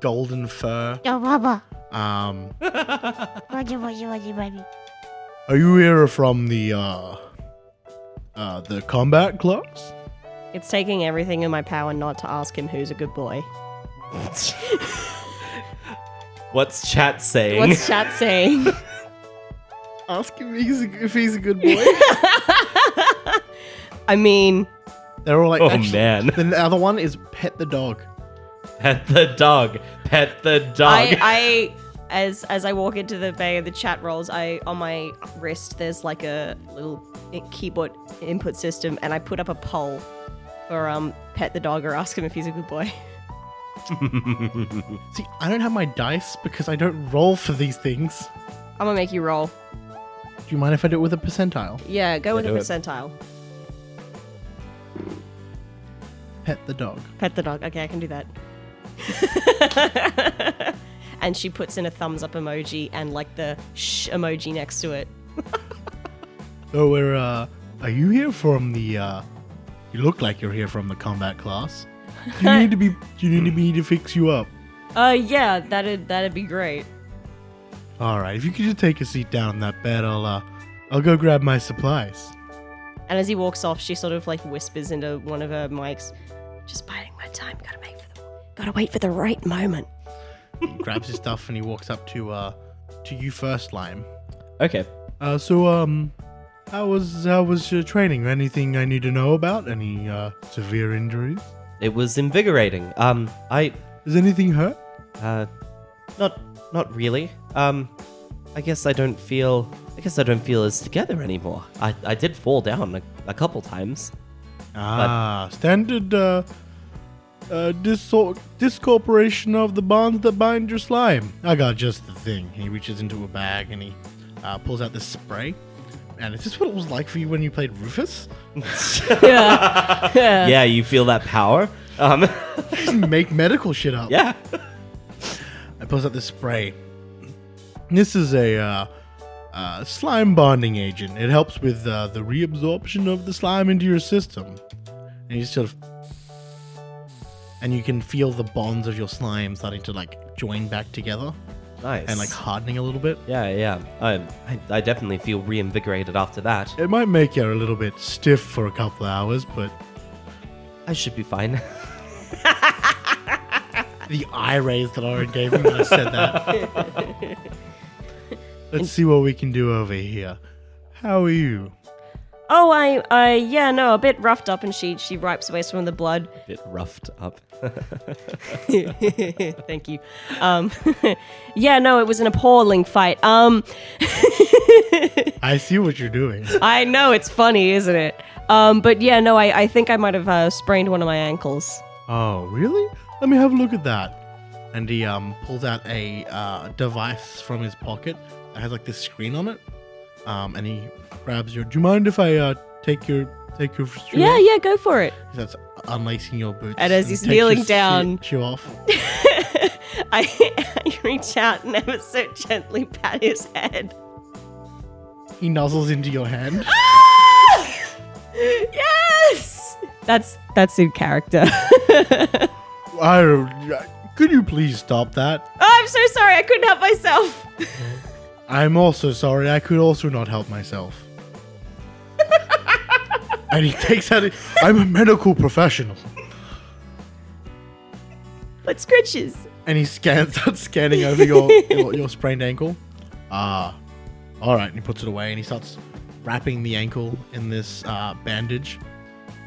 Speaker 4: golden fur.
Speaker 5: Yo, Baba.
Speaker 4: Um,
Speaker 5: Roger, Roger, Roger, baby.
Speaker 4: are you here from the uh, uh, the combat class?
Speaker 2: it's taking everything in my power not to ask him who's a good boy.
Speaker 3: What's chat saying?
Speaker 2: What's chat saying?
Speaker 4: Ask him if he's a, if he's a good boy.
Speaker 2: I mean,
Speaker 4: They're all like,
Speaker 3: Oh,
Speaker 4: actually-
Speaker 3: man.
Speaker 4: Then the other one is pet the dog.
Speaker 3: Pet the dog. Pet the dog.
Speaker 2: I, I as as I walk into the bay of the chat rolls, I on my wrist there's like a little i- keyboard input system, and I put up a poll for um pet the dog or ask him if he's a good boy.
Speaker 4: See, I don't have my dice because I don't roll for these things.
Speaker 2: I'm gonna make you roll.
Speaker 4: Do you mind if I do it with a percentile?
Speaker 2: Yeah, go with a
Speaker 3: do it.
Speaker 2: percentile.
Speaker 4: Pet the dog.
Speaker 2: Pet the dog. Okay, I can do that. and she puts in a thumbs up emoji and like the shh emoji next to it.
Speaker 4: So we're, uh, are you here from the, uh, you look like you're here from the combat class. Do you need to be, do you need me to fix you up?
Speaker 2: Uh, yeah, that'd that'd be great.
Speaker 4: All right, if you could just take a seat down on that bed, I'll, uh, I'll go grab my supplies.
Speaker 2: And as he walks off, she sort of like whispers into one of her mics, "Just biding my time. Gotta wait for the gotta wait for the right moment."
Speaker 4: He grabs his stuff and he walks up to, uh, to you first, Lime.
Speaker 3: okay.
Speaker 4: Uh, so um, how was how was your training? Anything I need to know about? Any uh, severe injuries?
Speaker 3: It was invigorating. Um, I,
Speaker 4: Does anything hurt?
Speaker 3: uh, not, not really. Um, I guess I don't feel. I guess I don't feel as together anymore. I, I did fall down a, a couple times.
Speaker 4: Ah, standard uh, uh, diso- discorporation of the bonds that bind your slime. I got just the thing. He reaches into a bag and he uh, pulls out this spray. And is this what it was like for you when you played Rufus?
Speaker 3: Yeah, you feel that power. Um,
Speaker 4: Make medical shit up.
Speaker 3: yeah.
Speaker 4: I pulls out this spray. This is a uh, uh, slime bonding agent. It helps with uh, the reabsorption of the slime into your system. And you sort of, and you can feel the bonds of your slime starting to like join back together
Speaker 3: Nice.
Speaker 4: and like hardening a little bit.
Speaker 3: Yeah, yeah. I, I, I definitely feel reinvigorated after that.
Speaker 4: It might make you a little bit stiff for a couple of hours, but
Speaker 3: I should be fine.
Speaker 4: the eye raise that Lauren gave me when I said that. Let's see what we can do over here. How are you?
Speaker 2: Oh, I, I, yeah, no, a bit roughed up, and she she wipes away some of the blood.
Speaker 3: bit roughed up.
Speaker 2: Thank you. Um, yeah, no, it was an appalling fight. Um,
Speaker 4: I see what you're doing.
Speaker 2: I know it's funny, isn't it? Um, but yeah, no, I, I think I might have uh, sprained one of my ankles.
Speaker 4: Oh, really? Let me have a look at that. And he um, pulls out a uh, device from his pocket that has like this screen on it. Um, and he grabs your. Do you mind if I uh, take your take your? shoe
Speaker 2: Yeah,
Speaker 4: off?"
Speaker 2: yeah, go for it.
Speaker 4: He starts unlacing your boots.
Speaker 2: And as he's
Speaker 4: takes your
Speaker 2: kneeling
Speaker 4: shoe-
Speaker 2: down-
Speaker 4: shoe off.
Speaker 2: I, I reach out and ever so gently pat his head.
Speaker 4: He nuzzles into your hand.
Speaker 2: Yes, that's that's in character. Oh,
Speaker 4: I don't- could you please stop that?
Speaker 2: Oh, I'm so sorry. I couldn't help myself.
Speaker 4: I'm also sorry. I could also not help myself. and he takes out. a- I'm a medical professional.
Speaker 2: But scritches.
Speaker 4: and he scans, starts scanning over your, your your sprained ankle. Ah, all right. And he puts it away, and he starts wrapping the ankle in this uh, bandage.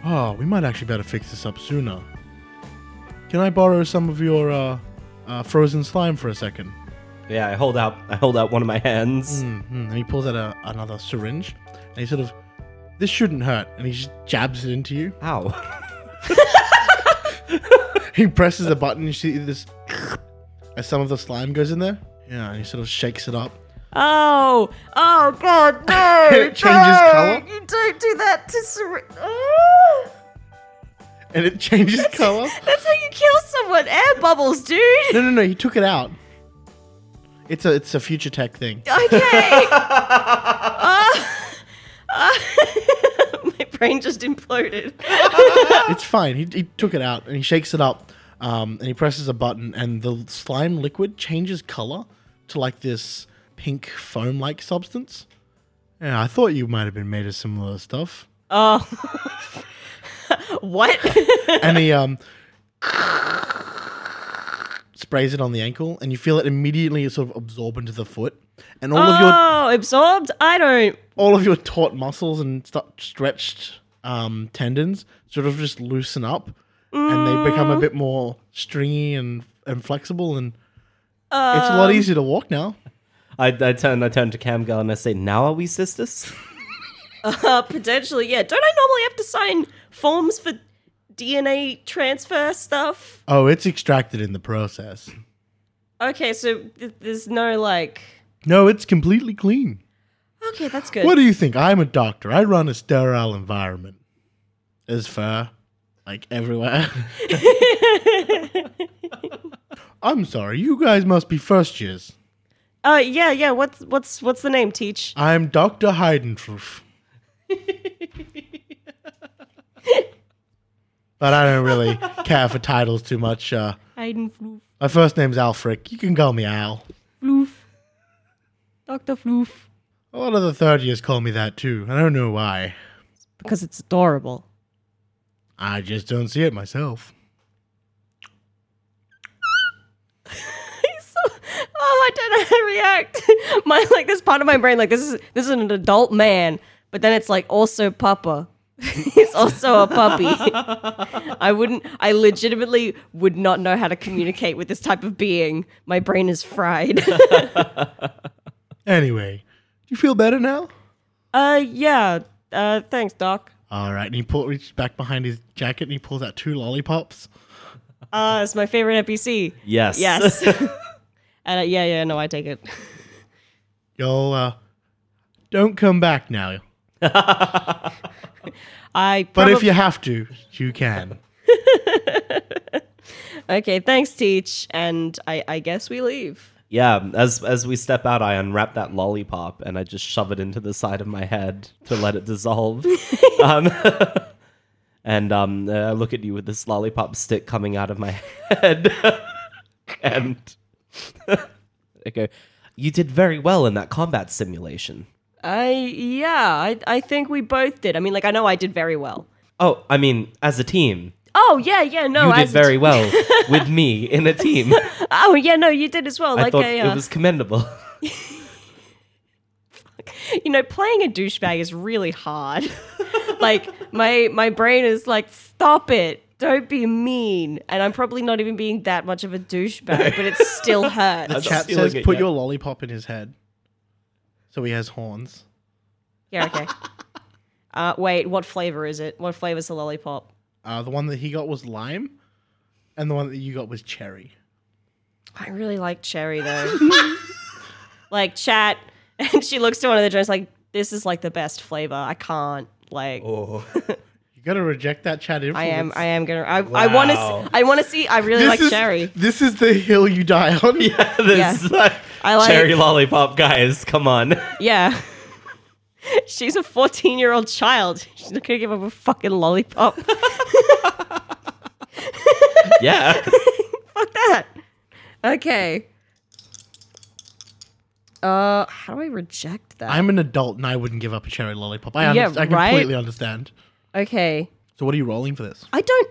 Speaker 4: Oh, we might actually better fix this up sooner. Can I borrow some of your uh, uh, frozen slime for a second?
Speaker 3: yeah, I hold out. I hold out one of my hands.
Speaker 4: Mm-hmm. And he pulls out a, another syringe, and he sort of, this shouldn't hurt, and he just jabs it into you.
Speaker 3: Ow.
Speaker 4: He presses a button, and you see this, as some of the slime goes in there. Yeah, and he sort of shakes it up.
Speaker 2: Oh, oh God, no!
Speaker 4: It changes
Speaker 2: no,
Speaker 4: colour?
Speaker 2: You don't do that to Seren. Oh,
Speaker 4: And it changes color.
Speaker 2: that's how you kill someone. Air bubbles, dude.
Speaker 4: No, no, no. He took it out. It's a it's a future tech thing.
Speaker 2: Okay. Ah. Ah. my brain just imploded.
Speaker 4: It's fine. He, he took it out and he shakes it up, um, and he presses a button, and the slime liquid changes color to like this pink foam like substance. Yeah, I thought you might have been made of similar stuff.
Speaker 2: What?
Speaker 4: And he um sprays it on the ankle, and you feel it immediately sort of absorb into the foot, and all of your
Speaker 2: oh, absorbed? I don't.
Speaker 4: all of your taut muscles and st- stretched um, tendons sort of just loosen up and they become a bit more stringy and, and flexible and it's a lot easier to walk now
Speaker 3: I, I turn. I turn to Cam Girl and I say, "Now are we sisters?"
Speaker 2: Uh, potentially, yeah. Don't I normally have to sign forms for DNA transfer stuff?
Speaker 4: oh it's extracted in the process
Speaker 2: Okay, so th- there's no like.
Speaker 4: no it's completely clean
Speaker 2: Okay, that's good.
Speaker 4: what do you think i'm a doctor i run a sterile environment as far like everywhere i'm sorry you guys must be first years
Speaker 2: Uh, yeah, yeah. What's what's what's the name? Teach.
Speaker 4: i'm dr heidenfluff but I don't really care for titles too much. Uh,
Speaker 2: Hayden Floof.
Speaker 4: my first name's Alfric. You can call me Al.
Speaker 2: Floof. Doctor Floof.
Speaker 4: A lot of the third years call me that too. I don't know why.
Speaker 2: Because it's adorable.
Speaker 4: I just don't see it myself.
Speaker 2: Oh, I don't know how to react. My like this part of my brain, like this is this is an adult man, but then it's like also Papa. He's also a puppy. I wouldn't. I legitimately would not know how to communicate with this type of being. My brain is fried.
Speaker 4: Anyway, do you feel better now?
Speaker 2: Uh, yeah. Uh, thanks, Doc.
Speaker 4: All right. And he pull, reaches back behind his jacket and he pulls out two lollipops.
Speaker 2: Uh, it's my favorite NPC.
Speaker 3: Yes.
Speaker 2: Yes. and uh, yeah, yeah, no, I take it.
Speaker 4: Y'all, uh, don't come back now.
Speaker 2: I.
Speaker 4: But
Speaker 2: probab-
Speaker 4: if you have to, you can.
Speaker 2: okay, thanks, Teach, and I, I guess we leave.
Speaker 3: yeah. As as we step out, I unwrap that lollipop and I just shove it into the side of my head to let it dissolve. um, and um, uh, I look at you with this lollipop stick coming out of my head, and I go, "You did very well in that combat simulation."
Speaker 2: I yeah, I I think we both did. I mean, like I know I did very well.
Speaker 3: Oh, I mean, as a team,
Speaker 2: Oh yeah, yeah, no,
Speaker 3: you did
Speaker 2: as a
Speaker 3: very
Speaker 2: t-
Speaker 3: well with me in a team.
Speaker 2: Oh yeah, no, you did as well.
Speaker 3: I
Speaker 2: like
Speaker 3: thought
Speaker 2: a, uh,
Speaker 3: it was commendable.
Speaker 2: you know, playing a douchebag is really hard. like my my brain is like, stop it. Don't be mean. And I'm probably not even being that much of a douchebag, but it still
Speaker 4: The
Speaker 2: hurts.
Speaker 4: chat
Speaker 3: feeling
Speaker 4: says
Speaker 3: it
Speaker 4: put
Speaker 3: yet.
Speaker 4: your lollipop in his head. So he has horns.
Speaker 2: yeah, okay. Uh, wait, what flavor is it? What flavor's the lollipop?
Speaker 4: Uh, the one that he got was lime, and the one that you got was cherry.
Speaker 2: I really like cherry though. like chat, and she looks to one of the drinks like, "This is like the best flavor. I can't like."
Speaker 4: You gotta reject that chat influence.
Speaker 2: Oh, I am. I am gonna. I, I want to. I want to see. I really like
Speaker 4: is,
Speaker 2: cherry.
Speaker 4: This is the hill you die on.
Speaker 3: this
Speaker 2: I like-
Speaker 3: cherry lollipop guys come on
Speaker 2: Yeah. She's a 14 year old child. She's not gonna give up a fucking lollipop.
Speaker 3: yeah
Speaker 2: Fuck that. Okay. Uh, how do I reject that?
Speaker 4: I'm an adult and I wouldn't give up a cherry lollipop. I,
Speaker 2: Yeah,
Speaker 4: under- I
Speaker 2: right?
Speaker 4: completely understand.
Speaker 2: okay.
Speaker 4: So what are you rolling for this?
Speaker 2: I don't.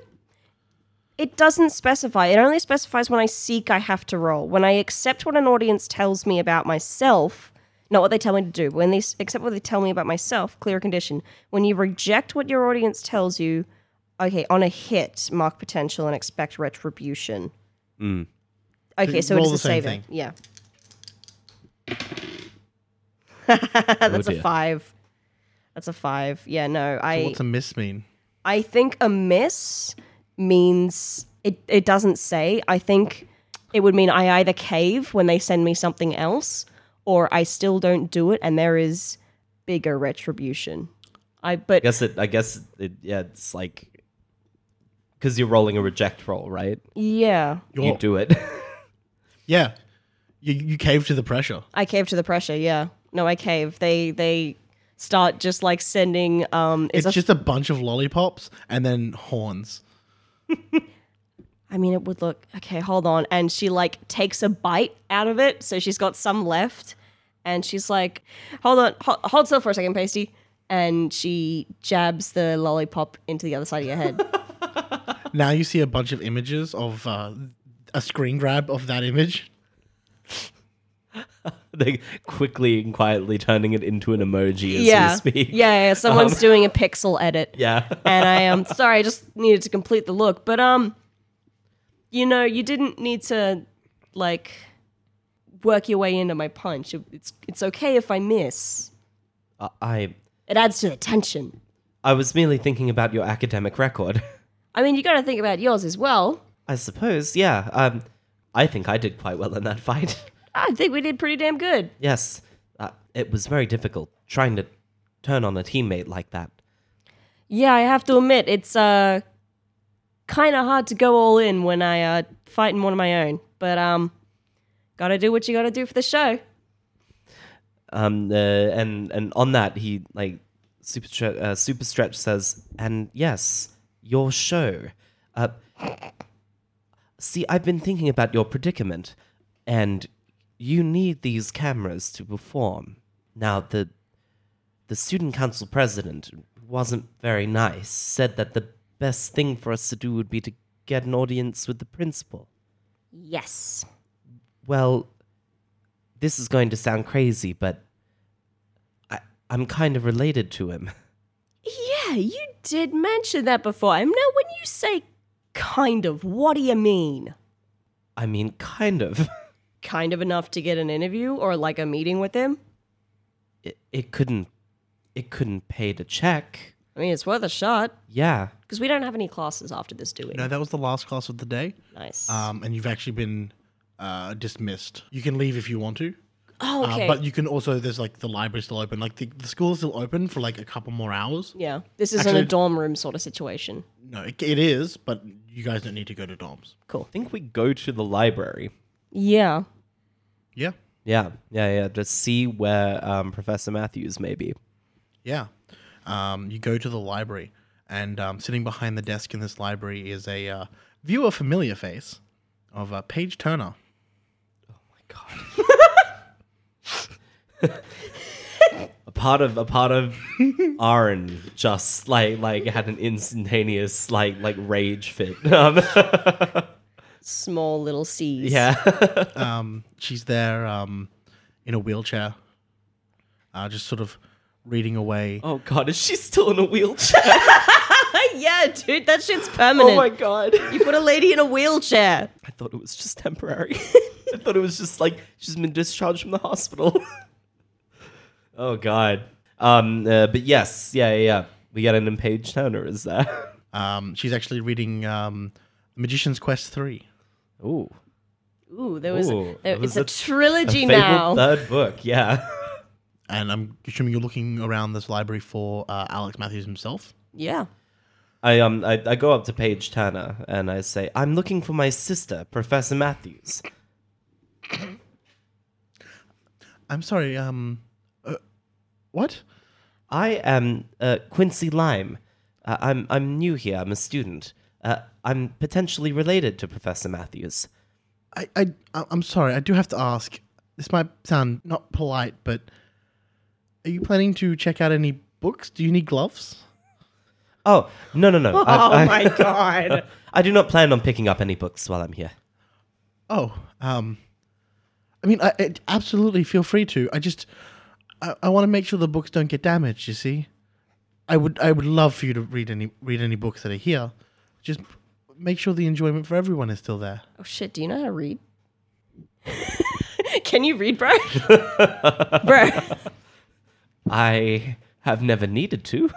Speaker 2: It doesn't specify. It only specifies when I seek, I have to roll. When I accept what an audience tells me about myself, not what they tell me to do, but when they s- accept what they tell me about myself, clear condition. When you reject what your audience tells you, okay, on a hit, mark potential and expect retribution. Okay, so
Speaker 4: roll
Speaker 2: it's
Speaker 4: the
Speaker 2: the
Speaker 4: same
Speaker 2: saving.
Speaker 4: thing.
Speaker 2: Yeah. That's a
Speaker 3: dear.
Speaker 2: five. That's a five. Yeah, no, I.
Speaker 4: What's a miss mean?
Speaker 2: I think a miss means it, it doesn't say. I think it would mean I either cave when they send me something else or I still don't do it and there is bigger retribution. I but
Speaker 3: guess it i guess it yeah it's like because you're rolling a reject roll right
Speaker 2: yeah,
Speaker 4: You're-
Speaker 3: you do it
Speaker 4: Yeah, you, you cave to the pressure.
Speaker 2: I cave to the pressure, yeah. No, I cave. They they start just like sending um it's,
Speaker 4: It's
Speaker 2: a,
Speaker 4: just a bunch of lollipops and then horns.
Speaker 2: I mean it would look okay, hold on. And she like takes a bite out of it, so she's got some left. and she's like, "Hold on, hold, hold still for a second, pasty." And she jabs the lollipop into the other side of your head.
Speaker 4: Now you see a bunch of images of uh, a screen grab of that image.
Speaker 3: they quickly and quietly turning it into an emoji as
Speaker 2: yeah.
Speaker 3: we speak Um,
Speaker 2: yeah, yeah. Someone's doing a pixel edit.
Speaker 3: yeah
Speaker 2: And I am um, sorry, I just needed to complete the look, but um, you know, you didn't need to like work your way into my punch. It- It's it's okay if I miss.
Speaker 3: I- i
Speaker 2: It adds to the tension.
Speaker 3: i was merely thinking about your academic record
Speaker 2: I mean, you got to think about yours as well.
Speaker 3: i suppose yeah um i think i did quite well in that fight
Speaker 2: I think we did pretty damn good.
Speaker 3: yes uh, it was very difficult trying to turn on a teammate like that
Speaker 2: Yeah, I have to admit it's uh kind of hard to go all in when I uh fight in one of my own, but um got to do what you got to do for the show.
Speaker 3: um uh, and and on that he like super Stre- uh, super stretch says and yes your show uh see i've been thinking about your predicament and you need these cameras to perform now the the student council president who wasn't very nice said that the best thing for us to do would be to get an audience with the principal
Speaker 2: Yes.
Speaker 3: well, this is going to sound crazy, but I, I'm kind of related to him.
Speaker 2: Yeah, you did mention that before. I'm now when you say kind of, what do you mean?
Speaker 3: I mean, kind of.
Speaker 2: Kind of enough to get an interview or like a meeting with him?
Speaker 3: it, it couldn't it couldn't pay to check.
Speaker 2: I mean, it's worth a shot
Speaker 3: Yeah.
Speaker 2: because we don't have any classes after this, do we?
Speaker 4: No, that was the last class of the day,
Speaker 2: Nice.
Speaker 4: um, and you've actually been uh, dismissed. You can leave if you want to.
Speaker 2: oh, okay.
Speaker 4: Uh, but you can also there's like the library's still open. Like the, the school is still open for like a couple more hours.
Speaker 2: yeah, this isn't
Speaker 4: Actually-
Speaker 2: a dorm room sort of situation.
Speaker 4: No, it, it is, but you guys don't need to go to dorms.
Speaker 2: Cool.
Speaker 3: I think we go to the library.
Speaker 2: Yeah.
Speaker 4: Yeah,
Speaker 3: Yeah, yeah, yeah. To see where um, Professor Matthews may be.
Speaker 4: yeah. Um, you go to the library, and um, sitting behind the desk in this library is a uh, viewer familiar face of uh, Paige Turner.
Speaker 3: A part of a part of Aaron just like like had an instantaneous like like rage fit. Um,
Speaker 2: Small little C's.
Speaker 3: yeah.
Speaker 4: Um, she's there um, in a wheelchair, uh, just sort of reading away.
Speaker 3: Oh god, is she still in a wheelchair?
Speaker 2: yeah, dude, that shit's permanent.
Speaker 3: Oh god.
Speaker 2: You put a lady in a wheelchair.
Speaker 3: I thought it was just temporary. I thought it was just like she's been discharged from the hospital. oh god. Um. uh, but yes. Yeah. Yeah. yeah. We get an impage Turner is there.
Speaker 4: Um, she's actually reading um, Magician's Quest three.
Speaker 3: Ooh.
Speaker 2: Ooh, there was.
Speaker 3: Ooh,
Speaker 2: there,
Speaker 3: it was
Speaker 2: it's a,
Speaker 3: a- a
Speaker 2: trilogy
Speaker 3: fabled
Speaker 2: now.
Speaker 3: third book. Yeah.
Speaker 4: And I'm assuming you're looking around this library for uh, Alex Matthews himself.
Speaker 2: yeah.
Speaker 3: I um I, I go up to Paige Turner and I say, I'm looking for my sister, Professor Matthews.
Speaker 4: I'm sorry. Um, uh, what?
Speaker 3: I am uh, Quincy Lime. Uh, I'm I'm new here. I'm a student. Uh, I'm potentially related to Professor Matthews.
Speaker 4: I, I, I- I'm sorry. I do have to ask. This might sound not polite, but are you planning to check out any books? Do you need gloves?
Speaker 3: Oh no no no! Oh
Speaker 2: my god.
Speaker 3: I do not plan on picking up any books while I'm here.
Speaker 4: Oh, um, I mean, I, I absolutely feel free to. I just, I, I want to make sure the books don't get damaged. You see, I would, I would love for you to read any, read any books that are here. Just make sure the enjoyment for everyone is still there.
Speaker 2: Oh shit, do you know how to read? Can you read, bro? bro.
Speaker 3: I have never needed to.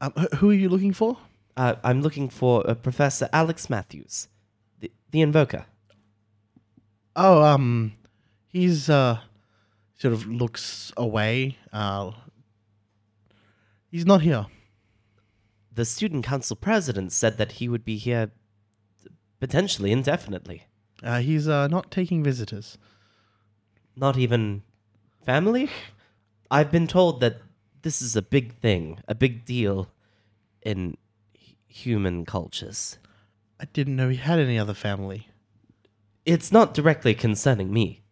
Speaker 4: Um, wh- who are you looking for?
Speaker 3: Uh, I'm looking for uh, Professor Alex Matthews, the, the Invoker.
Speaker 4: Oh, um, he's uh, sort of looks away. Uh, he's not here.
Speaker 3: The student council president said that he would be here potentially indefinitely.
Speaker 4: Uh, he's uh, not taking visitors.
Speaker 3: not even family. I've been told that this is a big thing, a big deal in h- human cultures.
Speaker 4: I didn't know he had any other family.
Speaker 3: It's not directly concerning me.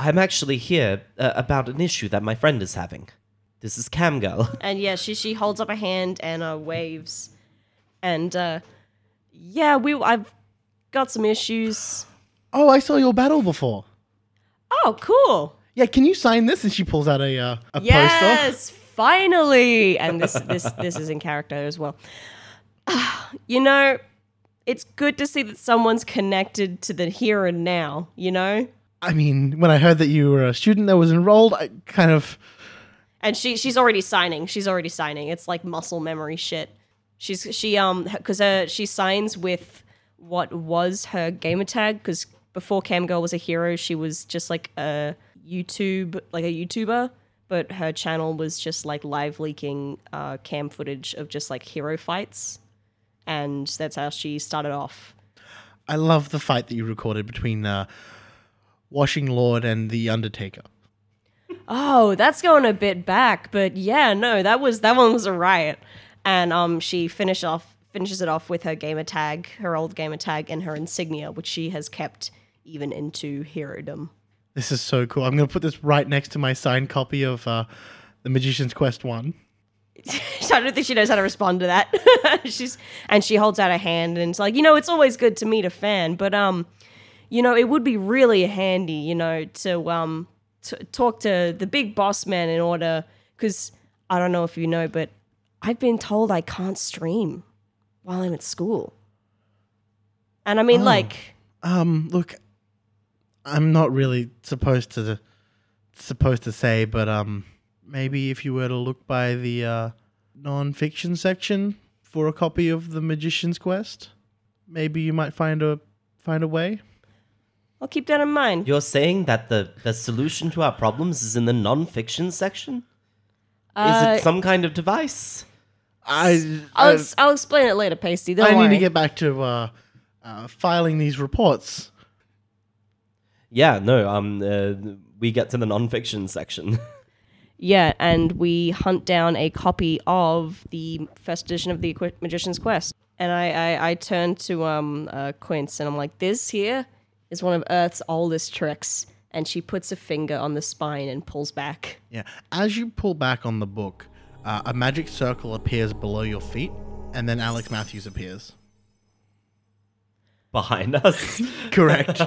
Speaker 3: I'm actually here uh, about an issue that my friend is having. This is Camgirl.
Speaker 2: And yeah, she she holds up a hand and uh, waves. And uh, yeah, we I've got some issues.
Speaker 4: Oh, I saw your battle before.
Speaker 2: Oh, cool.
Speaker 4: Yeah, can you sign this? And she pulls out a uh, a poster.
Speaker 2: Yes, finally. And this this this is in character as well. you know, it's good to see that someone's connected to the here and now, you know?
Speaker 4: I mean, when I heard that you were a student that was enrolled, I kind of
Speaker 2: and she she's already signing. She's already signing. It's like muscle memory shit. She's she um because uh she signs with what was her gamer tag because before Camgirl was a hero, she was just like a YouTube like a YouTuber, but her channel was just like live leaking uh cam footage of just like hero fights, and that's how she started off.
Speaker 4: I love the fight that you recorded between uh, Washing Lord and the Undertaker.
Speaker 2: Oh, that's going a bit back, but yeah, no, that was that one was a riot. And um she finish off finishes it off with her gamer tag, her old gamer tag and her insignia, which she has kept even into herodom.
Speaker 4: This is so cool. I'm gonna put this right next to my signed copy of uh, the Magician's Quest One.
Speaker 2: I don't think she knows how to respond to that. She's and she holds out her hand and it's like, you know, it's always good to meet a fan, but um, you know, it would be really handy, you know, to um t- talk to the big boss man in order because I don't know if you know, but I've been told I can't stream while I'm at school, and I mean,
Speaker 4: Oh.
Speaker 2: like,
Speaker 4: Um, look, I'm not really supposed to supposed to say, but um, maybe if you were to look by the uh, non-fiction section for a copy of The Magician's Quest, maybe you might find a find a way.
Speaker 2: I'll keep that in mind.
Speaker 3: You're saying that the, the solution to our problems is in the non-fiction section?
Speaker 2: Uh,
Speaker 3: is it some kind of device?
Speaker 4: I
Speaker 2: I'll, ex- I'll explain it later, Pasty. Don't
Speaker 4: uh, I
Speaker 2: worry.
Speaker 4: need to get back to uh, uh, filing these reports.
Speaker 3: Yeah, no. Um, uh, we get to the non-fiction section.
Speaker 2: yeah, and we hunt down a copy of the first edition of the Equi- Magician's Quest. And I, I, I turn to um uh, Quince and I'm like, this here is one of Earth's oldest tricks. And she puts a finger on the spine and pulls back.
Speaker 4: Yeah. As you pull back on the book, uh, a magic circle appears below your feet, and then Alex Matthews appears.
Speaker 3: behind us.
Speaker 4: Correct.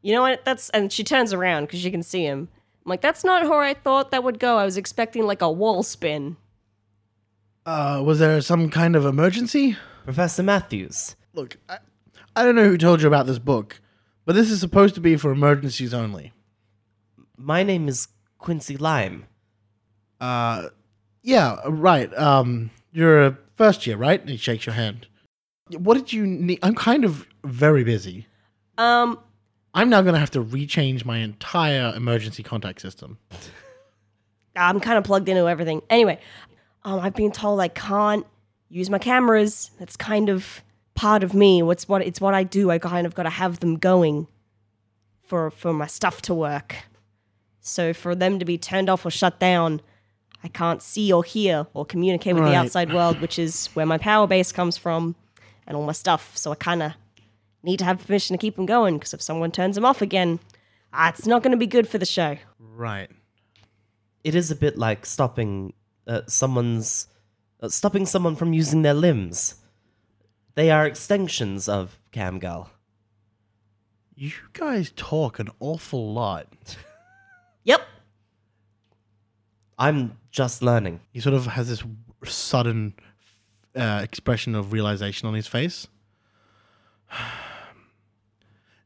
Speaker 2: You know what? That's and she turns around because she can see him. I'm like, that's not where I thought that would go. I was expecting like a wall spin.
Speaker 4: uh, was there some kind of emergency?
Speaker 3: Professor Matthews.
Speaker 4: Look, I, I don't know who told you about this book, but this is supposed to be for emergencies only.
Speaker 3: My name is Quincy Lime.
Speaker 4: Uh, yeah, right. Um, you're a first year, right? And he shakes your hand. What did you need? I'm kind of very busy.
Speaker 2: Um,
Speaker 4: I'm now going to have to rechange my entire emergency contact system.
Speaker 2: I'm kind of plugged into everything. Anyway, um, I've been told I can't use my cameras. That's kind of part of me. What's what? It's what I do. I kind of got to have them going for for my stuff to work. So for them to be turned off or shut down, I can't see or hear or communicate with the
Speaker 4: Right.
Speaker 2: outside world, which is where my power base comes from, and all my stuff. So I kind of need to have permission to keep them going because if someone turns them off again, ah, it's not going to be good for the show.
Speaker 4: Right.
Speaker 3: It is a bit like stopping uh, someone's uh, stopping someone from using their limbs. They are extensions of Camgal.
Speaker 4: You guys talk an awful lot.
Speaker 2: Yep.
Speaker 3: I'm just learning.
Speaker 4: He sort of has this sudden uh, expression of realization on his face.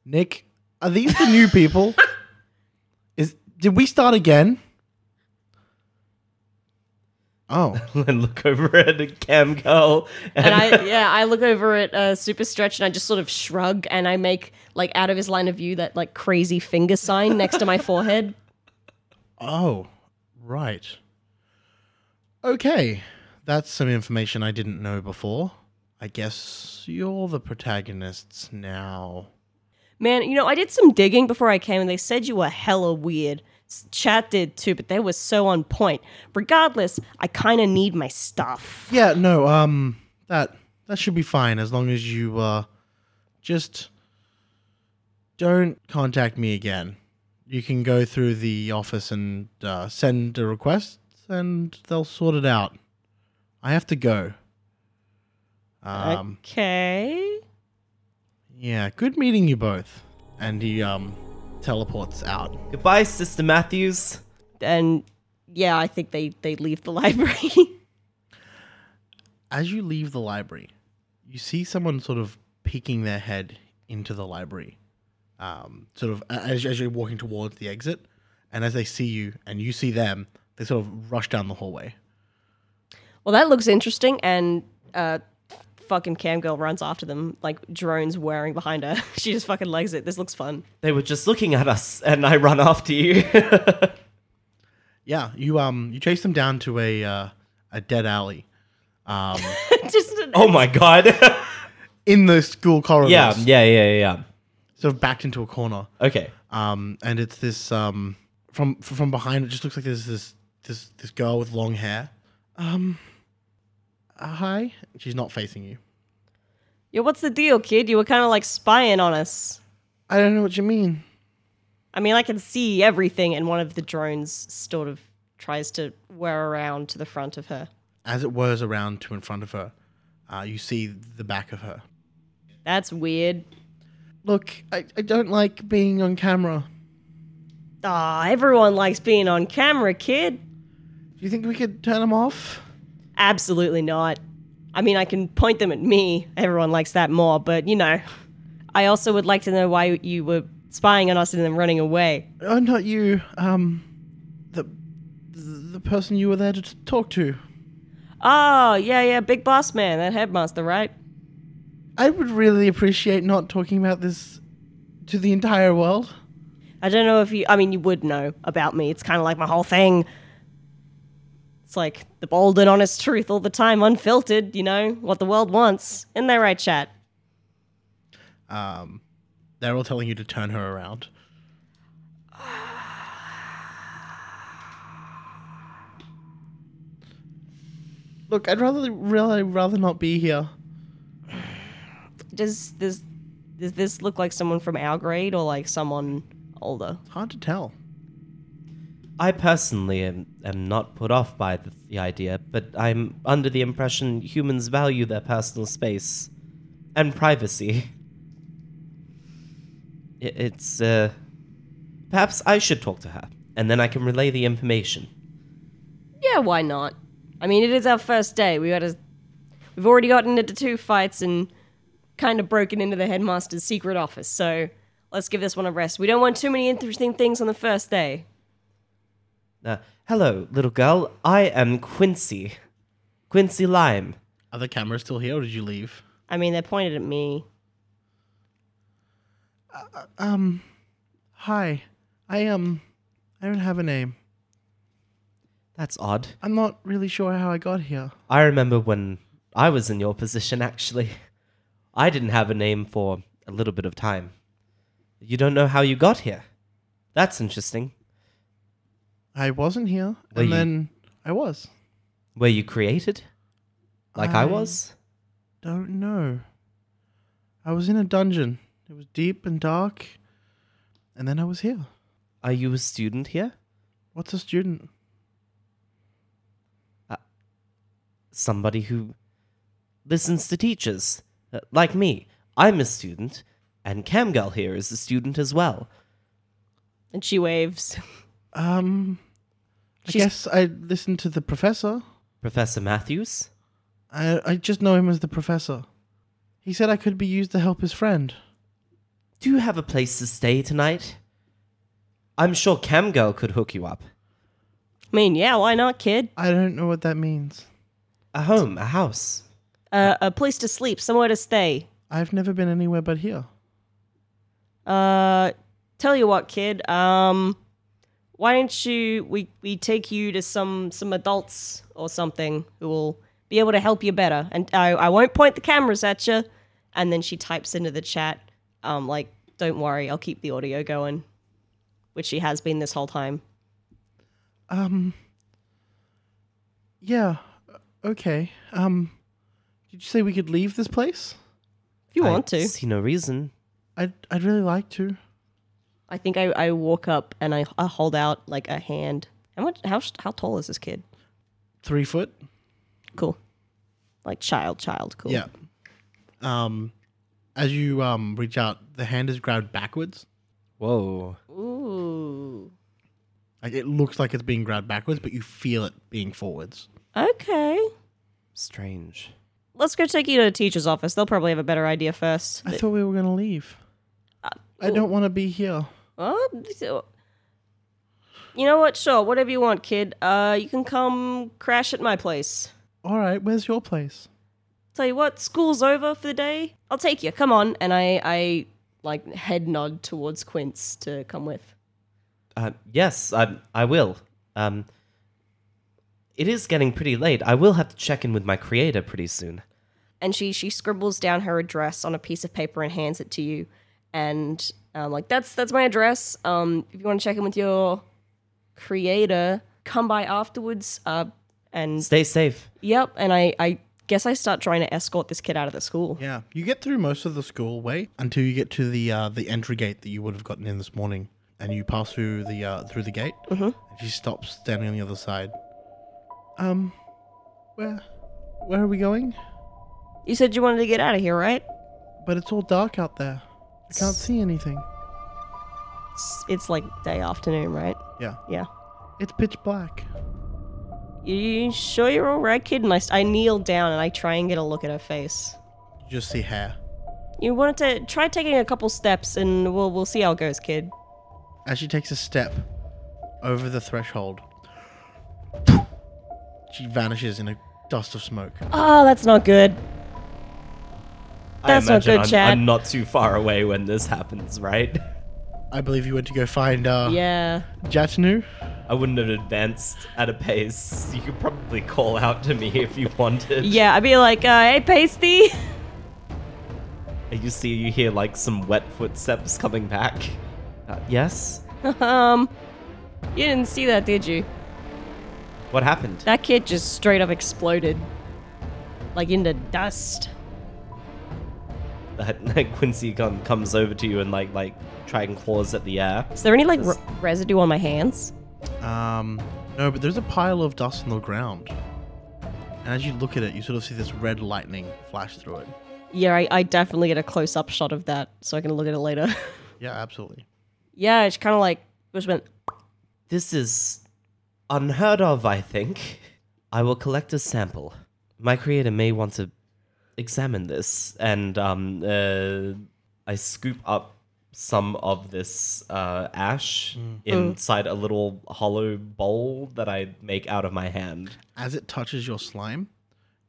Speaker 4: Nick, are these the new people? Is did we start again? Oh,
Speaker 3: I look over at Camgal.
Speaker 2: and I yeah, I look over at uh, Super Stretch and I just sort of shrug and I make like out of his line of view that like crazy finger sign next to my forehead.
Speaker 4: oh, right. Okay, that's some information I didn't know before. I guess you're the protagonists now.
Speaker 2: Man, you know, I did some digging before I came and they said you were hella weird. S- Chat did too, but they were so on point. Regardless, I kind of need my stuff.
Speaker 4: Yeah, no, um that that should be fine as long as you uh just don't contact me again. You can go through the office and uh, send a request and they'll sort it out. I have to go. Um
Speaker 2: okay.
Speaker 4: yeah, good meeting you both. And he um teleports out.
Speaker 3: Goodbye, Sister Matthews.
Speaker 2: And yeah, I think they they leave the library.
Speaker 4: As you leave the library, you see someone sort of peeking their head into the library, um, sort of a- as, as you're walking towards the exit. And as they see you and you see them, they sort of rush down the hallway.
Speaker 2: well, that looks interesting and uh f- fucking cam girl runs after them like drones whirring behind her. she just fucking legs it. This looks fun.
Speaker 3: They were just looking at us, and I run after you.
Speaker 4: Yeah, you um you chase them down to a uh, a dead alley
Speaker 2: just an
Speaker 3: oh my god.
Speaker 4: in the school corridors.
Speaker 3: yeah, yeah, yeah, yeah.
Speaker 4: sort of backed into a corner.
Speaker 3: Okay.
Speaker 4: Um, and it's this um from from behind it just looks like there's this this this girl with long hair. Um, uh, hi. She's not facing you.
Speaker 2: Yo, what's the deal, kid? You were kind of like spying on us.
Speaker 4: I don't know what you mean.
Speaker 2: I mean, I can see everything, and one of the drones sort of tries to whir around to the front of her.
Speaker 4: as it whirs around to in front of her, uh, you see the back of her.
Speaker 2: That's weird.
Speaker 4: Look, I, I don't like being on camera.
Speaker 2: Ah, everyone likes being on camera, kid.
Speaker 4: Do you think we could turn him off?
Speaker 2: Absolutely not. I mean, I can point them at me. Everyone likes that more, but you know. I also would like to know why you were spying on us and then running away.
Speaker 4: Oh, not you. Um, the the person you were there to t- talk to.
Speaker 2: Oh, yeah, yeah, big boss man, that headmaster, right?
Speaker 4: I would really appreciate not talking about this to the entire world.
Speaker 2: I don't know if you, I mean, you would know about me. It's kind of like my whole thing. It's like the bold and honest truth all the time, unfiltered, you know, what the world wants. Isn't that right, chat?
Speaker 4: Um, they're all telling you to turn her around. Look, I'd rather really rather not be here.
Speaker 2: Does this, does this look like someone from our grade or like someone older?
Speaker 4: It's hard to tell.
Speaker 3: I personally am, am not put off by the, the idea, but I'm under the impression humans value their personal space and privacy. I- it's, uh. Perhaps I should talk to her, and then I can relay the information.
Speaker 2: Yeah, why not? I mean, it is our first day. We gotta, we've already gotten into two fights and kind of broken into the headmaster's secret office. So let's give this one a rest. We don't want too many interesting things on the first day.
Speaker 3: Uh, hello, little girl. I am Quincy. Quincy Lime.
Speaker 4: Are the cameras still here, or did you leave?
Speaker 2: I mean, they pointed at me.
Speaker 4: Um, hi. I um, I don't have a name.
Speaker 3: That's odd.
Speaker 4: I'm not really sure how I got here.
Speaker 3: I remember when I was in your position, actually. I didn't have a name for a little bit of time. You don't know how you got here. That's interesting.
Speaker 4: I wasn't here,
Speaker 3: Were
Speaker 4: and
Speaker 3: you-
Speaker 4: then I was.
Speaker 3: Were you created? Like I,
Speaker 4: I-
Speaker 3: was?
Speaker 4: Don't know. I was in a dungeon. It was deep and dark, and then I was here.
Speaker 3: Are you a student here?
Speaker 4: What's a student?
Speaker 3: Somebody who listens to teachers, uh, like me. I'm a student, and Cam Girl here is a student as well.
Speaker 2: And she waves.
Speaker 4: Um, I
Speaker 2: She's-
Speaker 4: guess I listened to the professor.
Speaker 3: Professor Matthews?
Speaker 4: I I just know him as the professor. He said I could be used to help his friend.
Speaker 3: Do you have a place to stay tonight? I'm sure Cam Girl could hook you up.
Speaker 2: I mean, yeah, why not, kid?
Speaker 4: I don't know what that means.
Speaker 3: A home, a house.
Speaker 2: Uh, a place to sleep, somewhere to stay.
Speaker 4: I've never been anywhere but here.
Speaker 2: Uh, tell you what, kid. Um, why don't you we we take you to some some adults or something who will be able to help you better. And I I won't point the cameras at you. And then she types into the chat, um, like, don't worry, I'll keep the audio going, which she has been this whole time.
Speaker 4: Um. Yeah. uh, Okay. Um. Did you say we could leave this place?
Speaker 2: If you
Speaker 3: I
Speaker 2: want to,
Speaker 3: See no reason.
Speaker 4: I'd I'd really like to.
Speaker 2: I think I, I walk up and I, I hold out like a hand. How much? How sh- how tall is this kid?
Speaker 4: Three foot.
Speaker 2: cool like child child cool
Speaker 4: Yeah. Um, as you um reach out, the hand is grabbed backwards.
Speaker 3: Whoa.
Speaker 2: ooh
Speaker 4: Like it looks like it's being grabbed backwards, but you feel it being forwards.
Speaker 2: okay
Speaker 3: Strange.
Speaker 2: let's go take you to the teacher's office they'll probably have a better idea first
Speaker 4: I thought we were gonna leave. I don't want to be here.
Speaker 2: Oh, so- you know what sure whatever you want kid uh you can come crash at my place
Speaker 4: All right, where's your place?
Speaker 2: tell you what school's over for the day i'll take you come on and i i like head nod towards quince to come with
Speaker 3: Uh, yes, I, I will. Um, it is getting pretty late. I will have to check in with my creator pretty soon.
Speaker 2: and she she scribbles down her address on a piece of paper and hands it to you and um, like that's that's my address um if you want to check in with your creator come by afterwards uh and
Speaker 3: Stay safe.
Speaker 2: yep and i i guess i start trying to escort this kid out of the school
Speaker 4: Yeah, you get through most of the school way until you get to the uh, the entry gate that you would have gotten in this morning, and you pass through the uh, through the gate. Mm-hmm. And she stops standing on the other side. Um, where where are we going?
Speaker 2: you said you wanted to get out of here right
Speaker 4: But it's all dark out there. I can't see anything.
Speaker 2: it's, it's like day afternoon right
Speaker 4: Yeah,
Speaker 2: yeah
Speaker 4: it's pitch black.
Speaker 2: you sure you're all right kid and I, s- I kneel down and i try and get a look at her face
Speaker 4: You just see hair.
Speaker 2: You want to try taking a couple steps, and we'll we'll see how it goes, kid.
Speaker 4: As she takes a step over the threshold, she vanishes in a dust of smoke.
Speaker 2: Oh, that's not good. That's
Speaker 3: I
Speaker 2: not
Speaker 3: imagine
Speaker 2: good,
Speaker 3: I'm,
Speaker 2: Chad.
Speaker 3: I'm not too far away when this happens, right?
Speaker 4: I believe you went to go find uh,
Speaker 2: Yeah.
Speaker 4: Jatnu.
Speaker 3: I wouldn't have advanced at a pace. You could probably call out to me if you wanted.
Speaker 2: Yeah, I'd be like, uh, hey, pasty.
Speaker 3: And You see, you hear like some wet footsteps coming back. Uh, yes?
Speaker 2: um, you didn't see that, did you?
Speaker 3: What happened?
Speaker 2: That kid just straight up exploded, like into dust.
Speaker 3: Uh, Quincy com- comes over to you and like like trying claws at the air.
Speaker 2: Is there any like re- residue on my hands?
Speaker 4: Um, no, but there's a pile of dust on the ground. And as you look at it, you sort of see this red lightning flash through it.
Speaker 2: Yeah, I, I definitely get a close up shot of that, so I can look at it later.
Speaker 4: Yeah, absolutely.
Speaker 2: yeah, it's kind of like just went.
Speaker 3: This is unheard of, I think. I will collect a sample. My creator may want to examine this, and um, uh, I scoop up some of this uh, ash inside a little hollow bowl that I make out of my hand.
Speaker 4: As it touches your slime,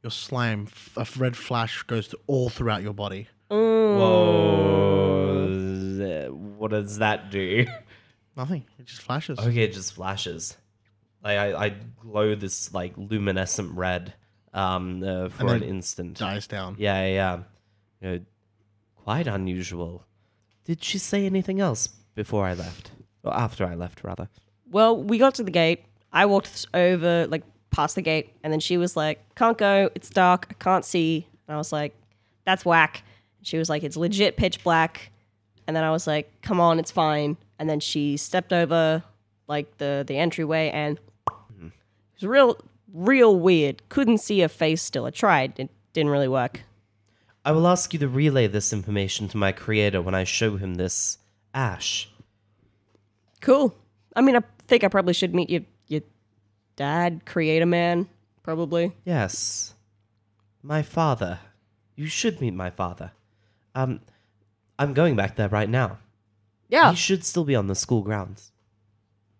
Speaker 4: your slime, f- a red flash goes to all throughout your body.
Speaker 3: Whoa! What does that do?
Speaker 4: Nothing. It just flashes.
Speaker 3: Okay, it just flashes. I, I, I glow this like luminescent red um, uh, for an
Speaker 4: then
Speaker 3: instant.
Speaker 4: Dies down.
Speaker 3: Yeah, yeah, yeah. You know, quite unusual. Did she say anything else before I left? Or after I left, rather.
Speaker 2: Well, we got to the gate. I walked s- over, like past the gate, and then she was like, "Can't go. It's dark. I can't see." And I was like, "That's whack." She was like, "It's legit pitch black." And then I was like, "Come on, it's fine." And then she stepped over, like the the entryway, and it was real, real weird. Couldn't see her face. Still, I tried. It didn't really work.
Speaker 3: I will ask you to relay this information to my creator when I show him this ash.
Speaker 2: Cool. I mean, I think I probably should meet your your dad, creator man, probably.
Speaker 3: Yes. My father. You should meet my father. Um, I'm going back there right now.
Speaker 2: Yeah.
Speaker 3: He should still be on the school grounds.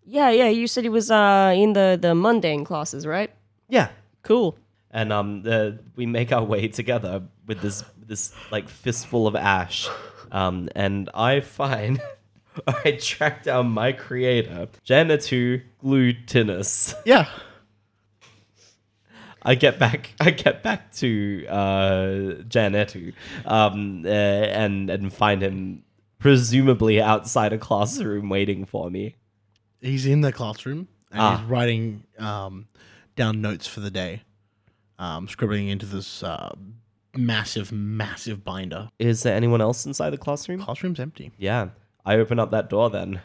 Speaker 2: Yeah, yeah. You said he was uh, in the the mundane classes, right?
Speaker 3: Yeah.
Speaker 2: Cool.
Speaker 3: and um, uh, we make our way together with this this like fistful of ash, um, and I find I track down my creator, Janitu Glutinus.
Speaker 4: Yeah.
Speaker 3: I get back I get back to uh, Janetu, um, uh, and and find him presumably outside a classroom waiting for me.
Speaker 4: He's in the classroom and
Speaker 3: Ah.
Speaker 4: he's writing um, down notes for the day, um, scribbling into this uh, massive, massive binder.
Speaker 3: Is there anyone else inside the classroom?
Speaker 4: Classroom's empty.
Speaker 3: Yeah, I open up that door then.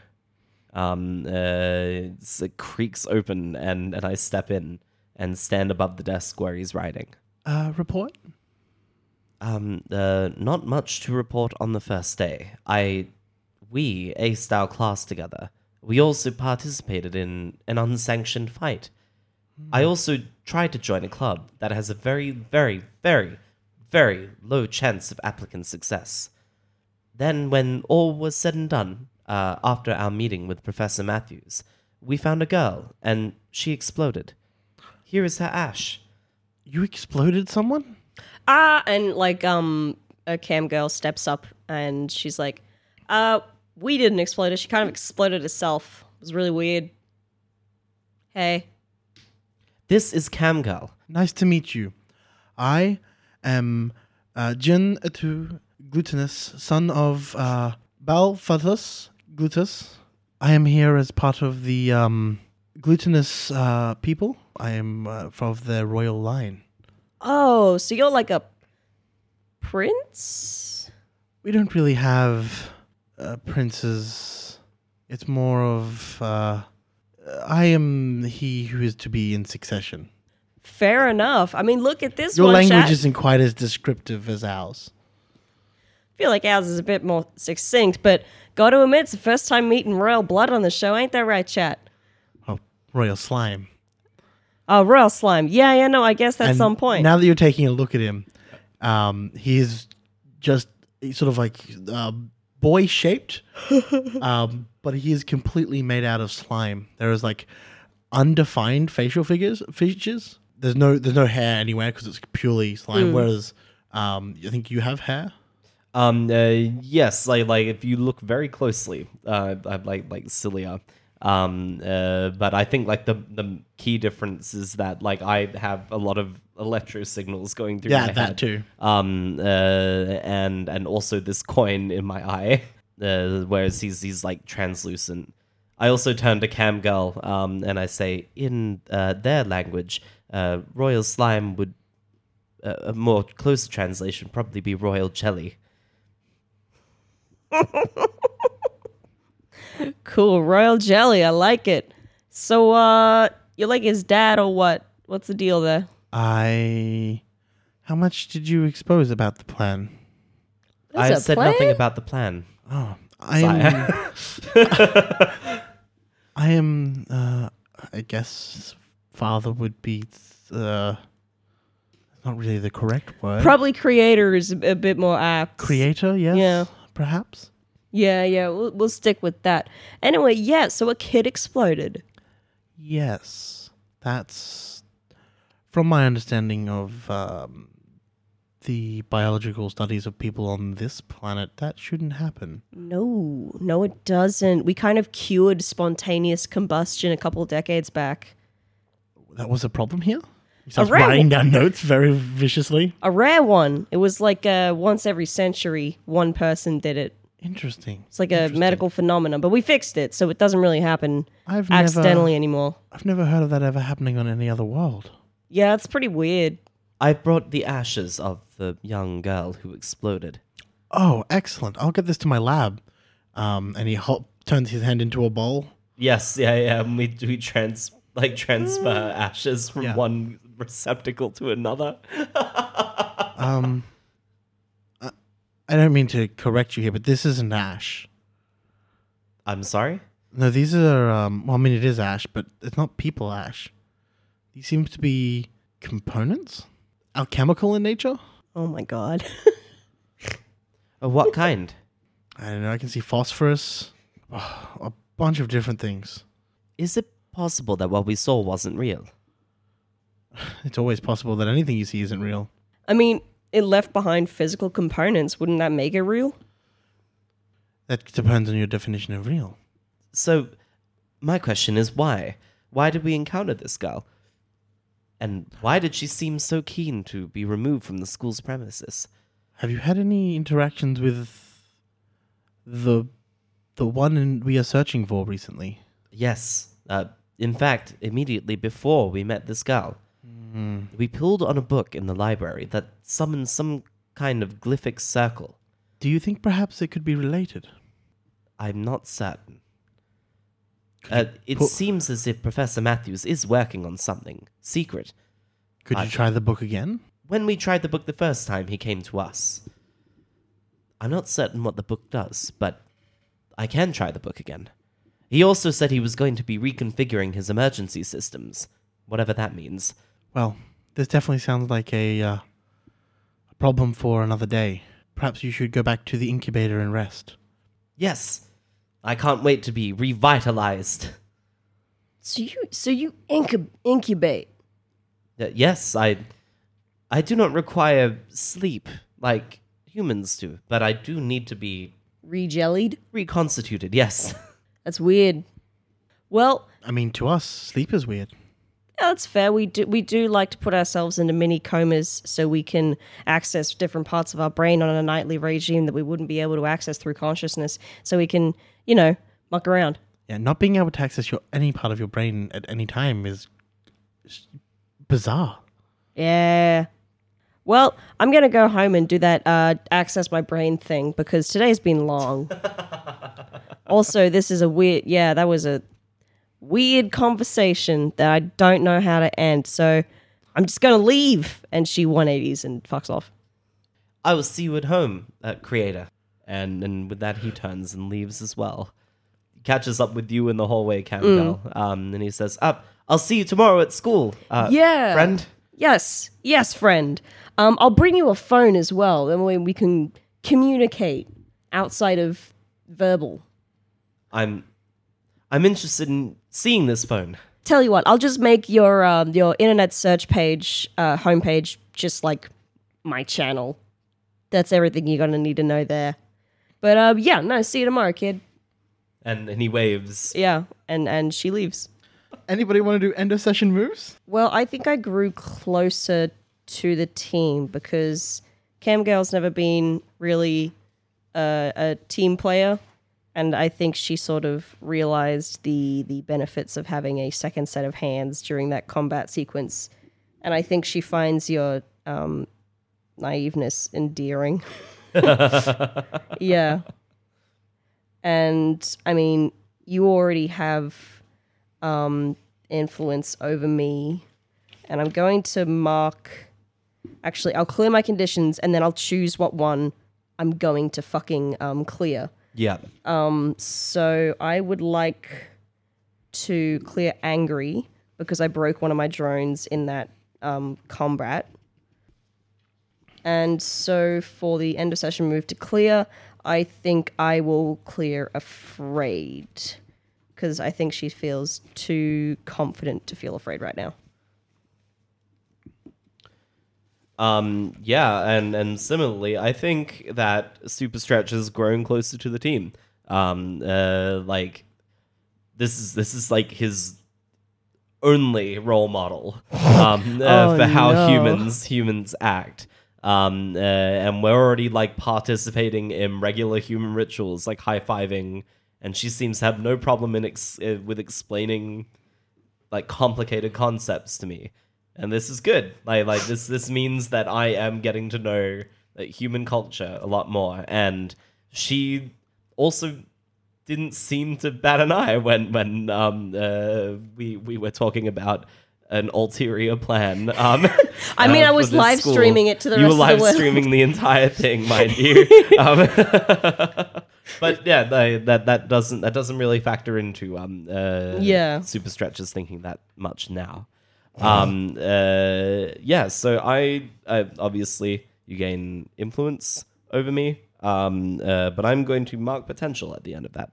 Speaker 3: Um, uh, it's- it creaks open and, and I step in and stand above the desk where he's writing.
Speaker 4: Uh, report?
Speaker 3: Um, uh, not much to report on the first day. I, we aced our class together. We also participated in an unsanctioned fight. I also tried to join a club that has a very, very, very, very low chance of applicant success. Then, when all was said and done, uh, after our meeting with Professor Matthews, we found a girl and she exploded. Here is her ash.
Speaker 4: You exploded someone?
Speaker 2: Ah, and like um, a cam girl steps up and she's like, "Uh, we didn't explode her. She kind of exploded herself. It was really weird." Hey,
Speaker 3: This is Cam Girl.
Speaker 4: Nice to meet you. I am uh, Jin Etu Glutinus, son of uh, Balfathus Glutus. I am here as part of the um, glutinous uh, people. I am uh, from the royal line.
Speaker 2: oh, so you're like a prince?
Speaker 4: We don't really have uh, princes. It's more of uh, I am he who is to be in succession.
Speaker 2: Fair enough. I mean, look at this
Speaker 4: Your
Speaker 2: one.
Speaker 4: language
Speaker 2: Shaq.
Speaker 4: isn't quite as descriptive as ours.
Speaker 2: I feel like ours is a bit more succinct, but gotta admit, it's the first time meeting royal blood on the show, ain't that right, chat?
Speaker 4: Oh, royal slime.
Speaker 2: Oh, royal slime. Yeah, yeah, no, I guess that's
Speaker 4: And
Speaker 2: some point.
Speaker 4: Now that you're taking a look at him, um, he is just sort of like uh, boy shaped, um, but he is completely made out of slime. There is like undefined facial figures features. There's no there's no hair anywhere because it's purely slime. Whereas um, I think you have hair.
Speaker 3: Um. Uh, yes. Like like if you look very closely, uh, I like like cilia. Um. Uh. But I think like the the key difference is that like I have a lot of electro signals going through.
Speaker 4: Yeah,
Speaker 3: my
Speaker 4: that
Speaker 3: head.
Speaker 4: too.
Speaker 3: Um. Uh. And and also this coin in my eye. Uh. Whereas he's he's like translucent. I also turn to Cam Girl. Um. And I say in uh, their language, uh, royal slime would. Uh, a more close translation probably be royal jelly.
Speaker 2: Cool, royal jelly. I like it. So, uh, you're like his dad or what? What's the deal there?
Speaker 4: I. How much did you expose about the plan?
Speaker 2: There's
Speaker 3: I
Speaker 2: a
Speaker 3: said nothing
Speaker 2: plan?
Speaker 3: about the plan.
Speaker 4: Oh, I am. I am. Uh, I guess father would be. Uh, not really the correct word.
Speaker 2: Probably creator is a a bit more apt.
Speaker 4: Creator, yes.
Speaker 2: Yeah.
Speaker 4: Perhaps.
Speaker 2: Yeah, yeah. We'll, we'll stick with that. Anyway, yeah. So a kid exploded.
Speaker 4: Yes, that's from my understanding of um, the biological studies of people on this planet. That shouldn't happen.
Speaker 2: No, no, it doesn't. We kind of cured spontaneous combustion a couple decades back.
Speaker 4: That was a problem here. He starts
Speaker 2: right.
Speaker 4: writing down notes very viciously.
Speaker 2: A rare one. It was like uh, once every century, one person did it.
Speaker 4: Interesting.
Speaker 2: It's like a medical phenomenon, but we fixed it, so it doesn't really happen
Speaker 4: I've
Speaker 2: accidentally anymore.
Speaker 4: Never, I've never heard of that ever happening on any other world.
Speaker 2: Yeah, it's pretty weird.
Speaker 3: I brought the ashes of the young girl who exploded.
Speaker 4: Oh, excellent! I'll get this to my lab. Um, and he hop, turns his hand into a bowl.
Speaker 3: Yes, yeah, yeah. and We we trans like transfer
Speaker 2: Mm.
Speaker 3: ashes from
Speaker 4: Yeah.
Speaker 3: one receptacle to another.
Speaker 4: Um, I, I don't mean to correct you here, but this is an ash.
Speaker 3: I'm sorry.
Speaker 4: No, these are. Um, well, I mean, it is ash, but it's not people ash. These seem to be components, alchemical in nature.
Speaker 2: Oh my god.
Speaker 3: Uh, what kind?
Speaker 4: I don't know. I can see phosphorus, oh, a bunch of different things.
Speaker 3: Is it possible that what we saw wasn't real?
Speaker 4: It's always possible that anything you see isn't real.
Speaker 2: I mean, it left behind physical components. Wouldn't that make it real?
Speaker 4: That depends on your definition of real.
Speaker 3: So, my question is why? Why did we encounter this girl? And why did she seem so keen to be removed from the school's premises?
Speaker 4: Have you had any interactions with the the one in, we are searching for recently?
Speaker 3: Yes. Uh, in fact, immediately before we met this girl, we pulled on a book in the library that summons some kind of glyphic circle.
Speaker 4: Do you think perhaps it could be related?
Speaker 3: I'm not certain. Uh, it
Speaker 4: pu-
Speaker 3: seems as if Professor Matthews is working on something secret.
Speaker 4: Could you
Speaker 3: I-
Speaker 4: try the book again?
Speaker 3: When we tried the book the first time, he came to us. I'm not certain what the book does, but I can try the book again. He also said he was going to be reconfiguring his emergency systems, whatever that means.
Speaker 4: Well, this definitely sounds like a, uh, a problem for another day. Perhaps you should go back to the incubator and rest.
Speaker 3: Yes. I can't wait to be revitalized.
Speaker 2: So you so you incub- incubate.
Speaker 3: Uh, Yes, I I do not require sleep like humans do, but I do need to be
Speaker 2: Rejellied?
Speaker 3: reconstituted. Yes.
Speaker 2: That's weird. Well,
Speaker 4: I mean, to us, sleep is weird.
Speaker 2: yeah, that's fair. We do we do like to put ourselves into mini comas so we can access different parts of our brain on a nightly regime that we wouldn't be able to access through consciousness. So we can, you know, muck around.
Speaker 4: Yeah, not being able to access your any part of your brain at any time is is bizarre.
Speaker 2: Yeah. Well, I'm gonna go home and do that uh, access my brain thing because today's been long. also, this is a weird. Yeah, that was a weird conversation that I don't know how to end. So I'm just gonna leave. And she 180s and fucks off.
Speaker 3: I will see you at home, uh, creator. And and with that he turns and leaves as well. Catches up with you in the hallway, Cam girl. Um, and he says, "Up, I'll see you tomorrow at school." Uh,
Speaker 2: Yeah.
Speaker 3: friend.
Speaker 2: Yes, yes, friend. Um, I'll bring you a phone as well, and we, we can communicate outside of verbal.
Speaker 3: I'm I'm interested in seeing this phone.
Speaker 2: Tell you what, I'll just make your um, your internet search page uh, homepage just like my channel. That's everything you're gonna need to know there. But um, yeah, no, see you tomorrow, kid.
Speaker 3: And and he waves.
Speaker 2: Yeah, and and she leaves.
Speaker 4: Anybody want to do end of session moves?
Speaker 2: Well, I think I grew closer to the team because Cam Girl's never been really uh, a team player, and I think she sort of realized the the benefits of having a second set of hands during that combat sequence, and I think she finds your um, naiveness endearing. yeah, and I mean, you already have um, influence over me, and I'm going to mark. Actually, I'll clear my conditions, and then I'll choose what one I'm going to fucking um, clear.
Speaker 3: Yeah.
Speaker 2: Um, So I would like to clear angry because I broke one of my drones in that um, combat. And so for the end of session move to clear, I think I will clear afraid because I think she feels too confident to feel afraid right now.
Speaker 3: Um, yeah, and, and similarly, I think that Super Stretch has grown closer to the team. Um, uh, like this is this is like his only role model um, uh,
Speaker 2: Oh,
Speaker 3: for how
Speaker 2: no.
Speaker 3: humans humans act. Um, uh, and we're already like participating in regular human rituals, like high fiving, and she seems to have no problem in ex- uh, with explaining like complicated concepts to me, and this is good. Like like this this means that I am getting to know like, human culture a lot more, and she also didn't seem to bat an eye when when um uh, we we were talking about an ulterior plan. Um,
Speaker 2: I mean,
Speaker 3: uh,
Speaker 2: I
Speaker 3: for
Speaker 2: was
Speaker 3: this
Speaker 2: live
Speaker 3: school.
Speaker 2: streaming it to the
Speaker 3: you
Speaker 2: rest
Speaker 3: were
Speaker 2: of the
Speaker 3: live
Speaker 2: world.
Speaker 3: streaming the entire thing, mind you. um, but yeah, no, that that doesn't that doesn't really factor into um uh,
Speaker 2: Yeah.
Speaker 3: super stretchers thinking that much now. Um uh yeah, so I, I obviously you gain influence over me. Um uh, but I'm going to mark potential at the end of that.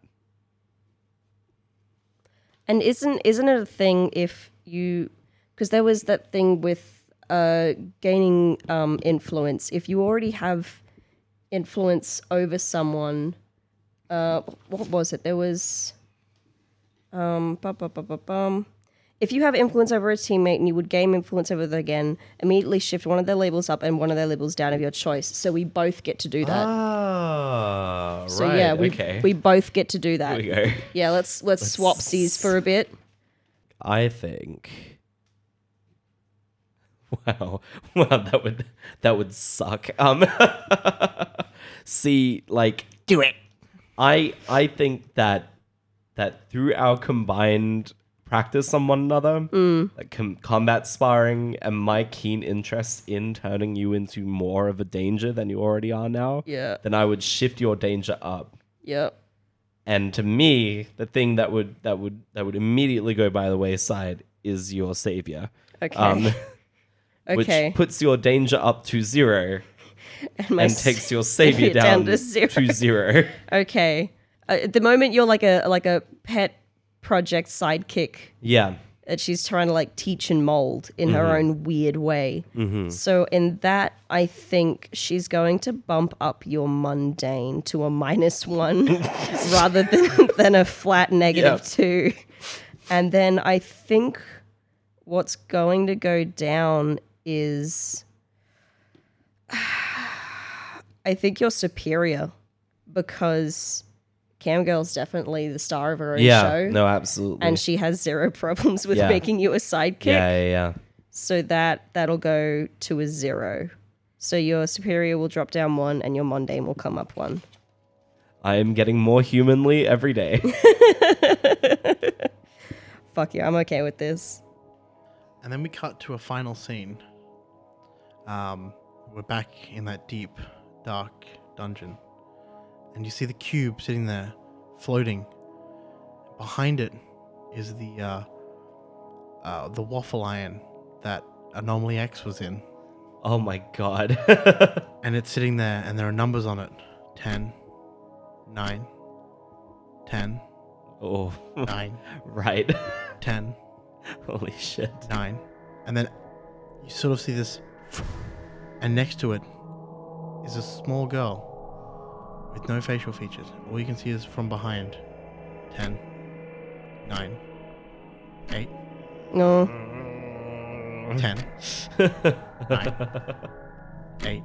Speaker 2: And isn't isn't it a thing if you because there was that thing with uh, gaining um, influence if you already have influence over someone. Uh, what was it? There was um, bum, bum, bum, bum, bum. if you have influence over a teammate and you would gain influence over them again, immediately shift one of their labels up and one of their labels down of your choice. So we both get to do that.
Speaker 3: Ah,
Speaker 2: so yeah, we
Speaker 3: okay.
Speaker 2: we both get to do that.
Speaker 3: Here we go.
Speaker 2: Yeah, let's let's swap C's for a bit.
Speaker 3: I think. Wow, wow, that would that would suck. Um, see, like, do it. I I think that that through our combined practice on one another, like com- combat sparring, and my keen interest in turning you into more of a danger than you already are now,
Speaker 2: Yeah.
Speaker 3: then I would shift your danger up
Speaker 2: Yep.
Speaker 3: and to me the thing that would that would that would immediately go by the wayside is your savior Um,
Speaker 2: Okay.
Speaker 3: which puts your danger up to zero
Speaker 2: my
Speaker 3: and
Speaker 2: s-
Speaker 3: takes your savior
Speaker 2: down
Speaker 3: down,
Speaker 2: to zero.
Speaker 3: to zero
Speaker 2: okay. Uh, at the moment, you're like a like a pet project sidekick
Speaker 3: yeah
Speaker 2: that she's trying to like teach and mold in
Speaker 3: Mm-hmm.
Speaker 2: her own weird way. So in that, I think she's going to bump up your mundane to a minus one rather than than a flat negative
Speaker 3: Yeah.
Speaker 2: two. And then I think what's going to go down is I think you're superior because Cam Girl's definitely the star of her own
Speaker 3: yeah
Speaker 2: show
Speaker 3: no absolutely
Speaker 2: and she has zero problems with
Speaker 3: Yeah.
Speaker 2: making you a sidekick.
Speaker 3: yeah yeah yeah
Speaker 2: So that that'll go to a zero. So your superior will drop down one, and your mundane will come up one.
Speaker 3: i am getting more humanly every day
Speaker 2: Fuck you, I'm okay with this.
Speaker 4: And then we cut to a final scene. Um, we're back in that deep, dark dungeon. And you see the cube sitting there, floating. Behind it is the uh, uh, the waffle iron that Anomaly X was in.
Speaker 3: Oh my god.
Speaker 4: and it's sitting there and there are numbers on it 10 9 10
Speaker 3: oh,
Speaker 4: 9
Speaker 3: right.
Speaker 4: 10
Speaker 3: Holy shit.
Speaker 4: 9 and then you sort of see this and next to it is a small girl with no facial features all you can see is from behind 10 9 8
Speaker 2: No.
Speaker 4: 10 9 8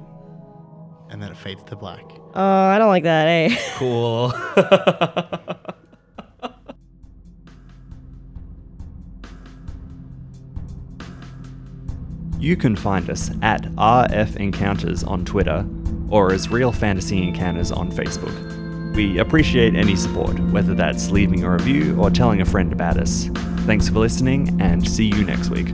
Speaker 4: and then it fades to black
Speaker 2: Oh, I don't like that, eh?
Speaker 3: cool.
Speaker 6: You can find us at RF Encounters on Twitter or as Real Fantasy Encounters on Facebook. We appreciate any support, whether that's leaving a review or telling a friend about us. Thanks for listening and see you next week.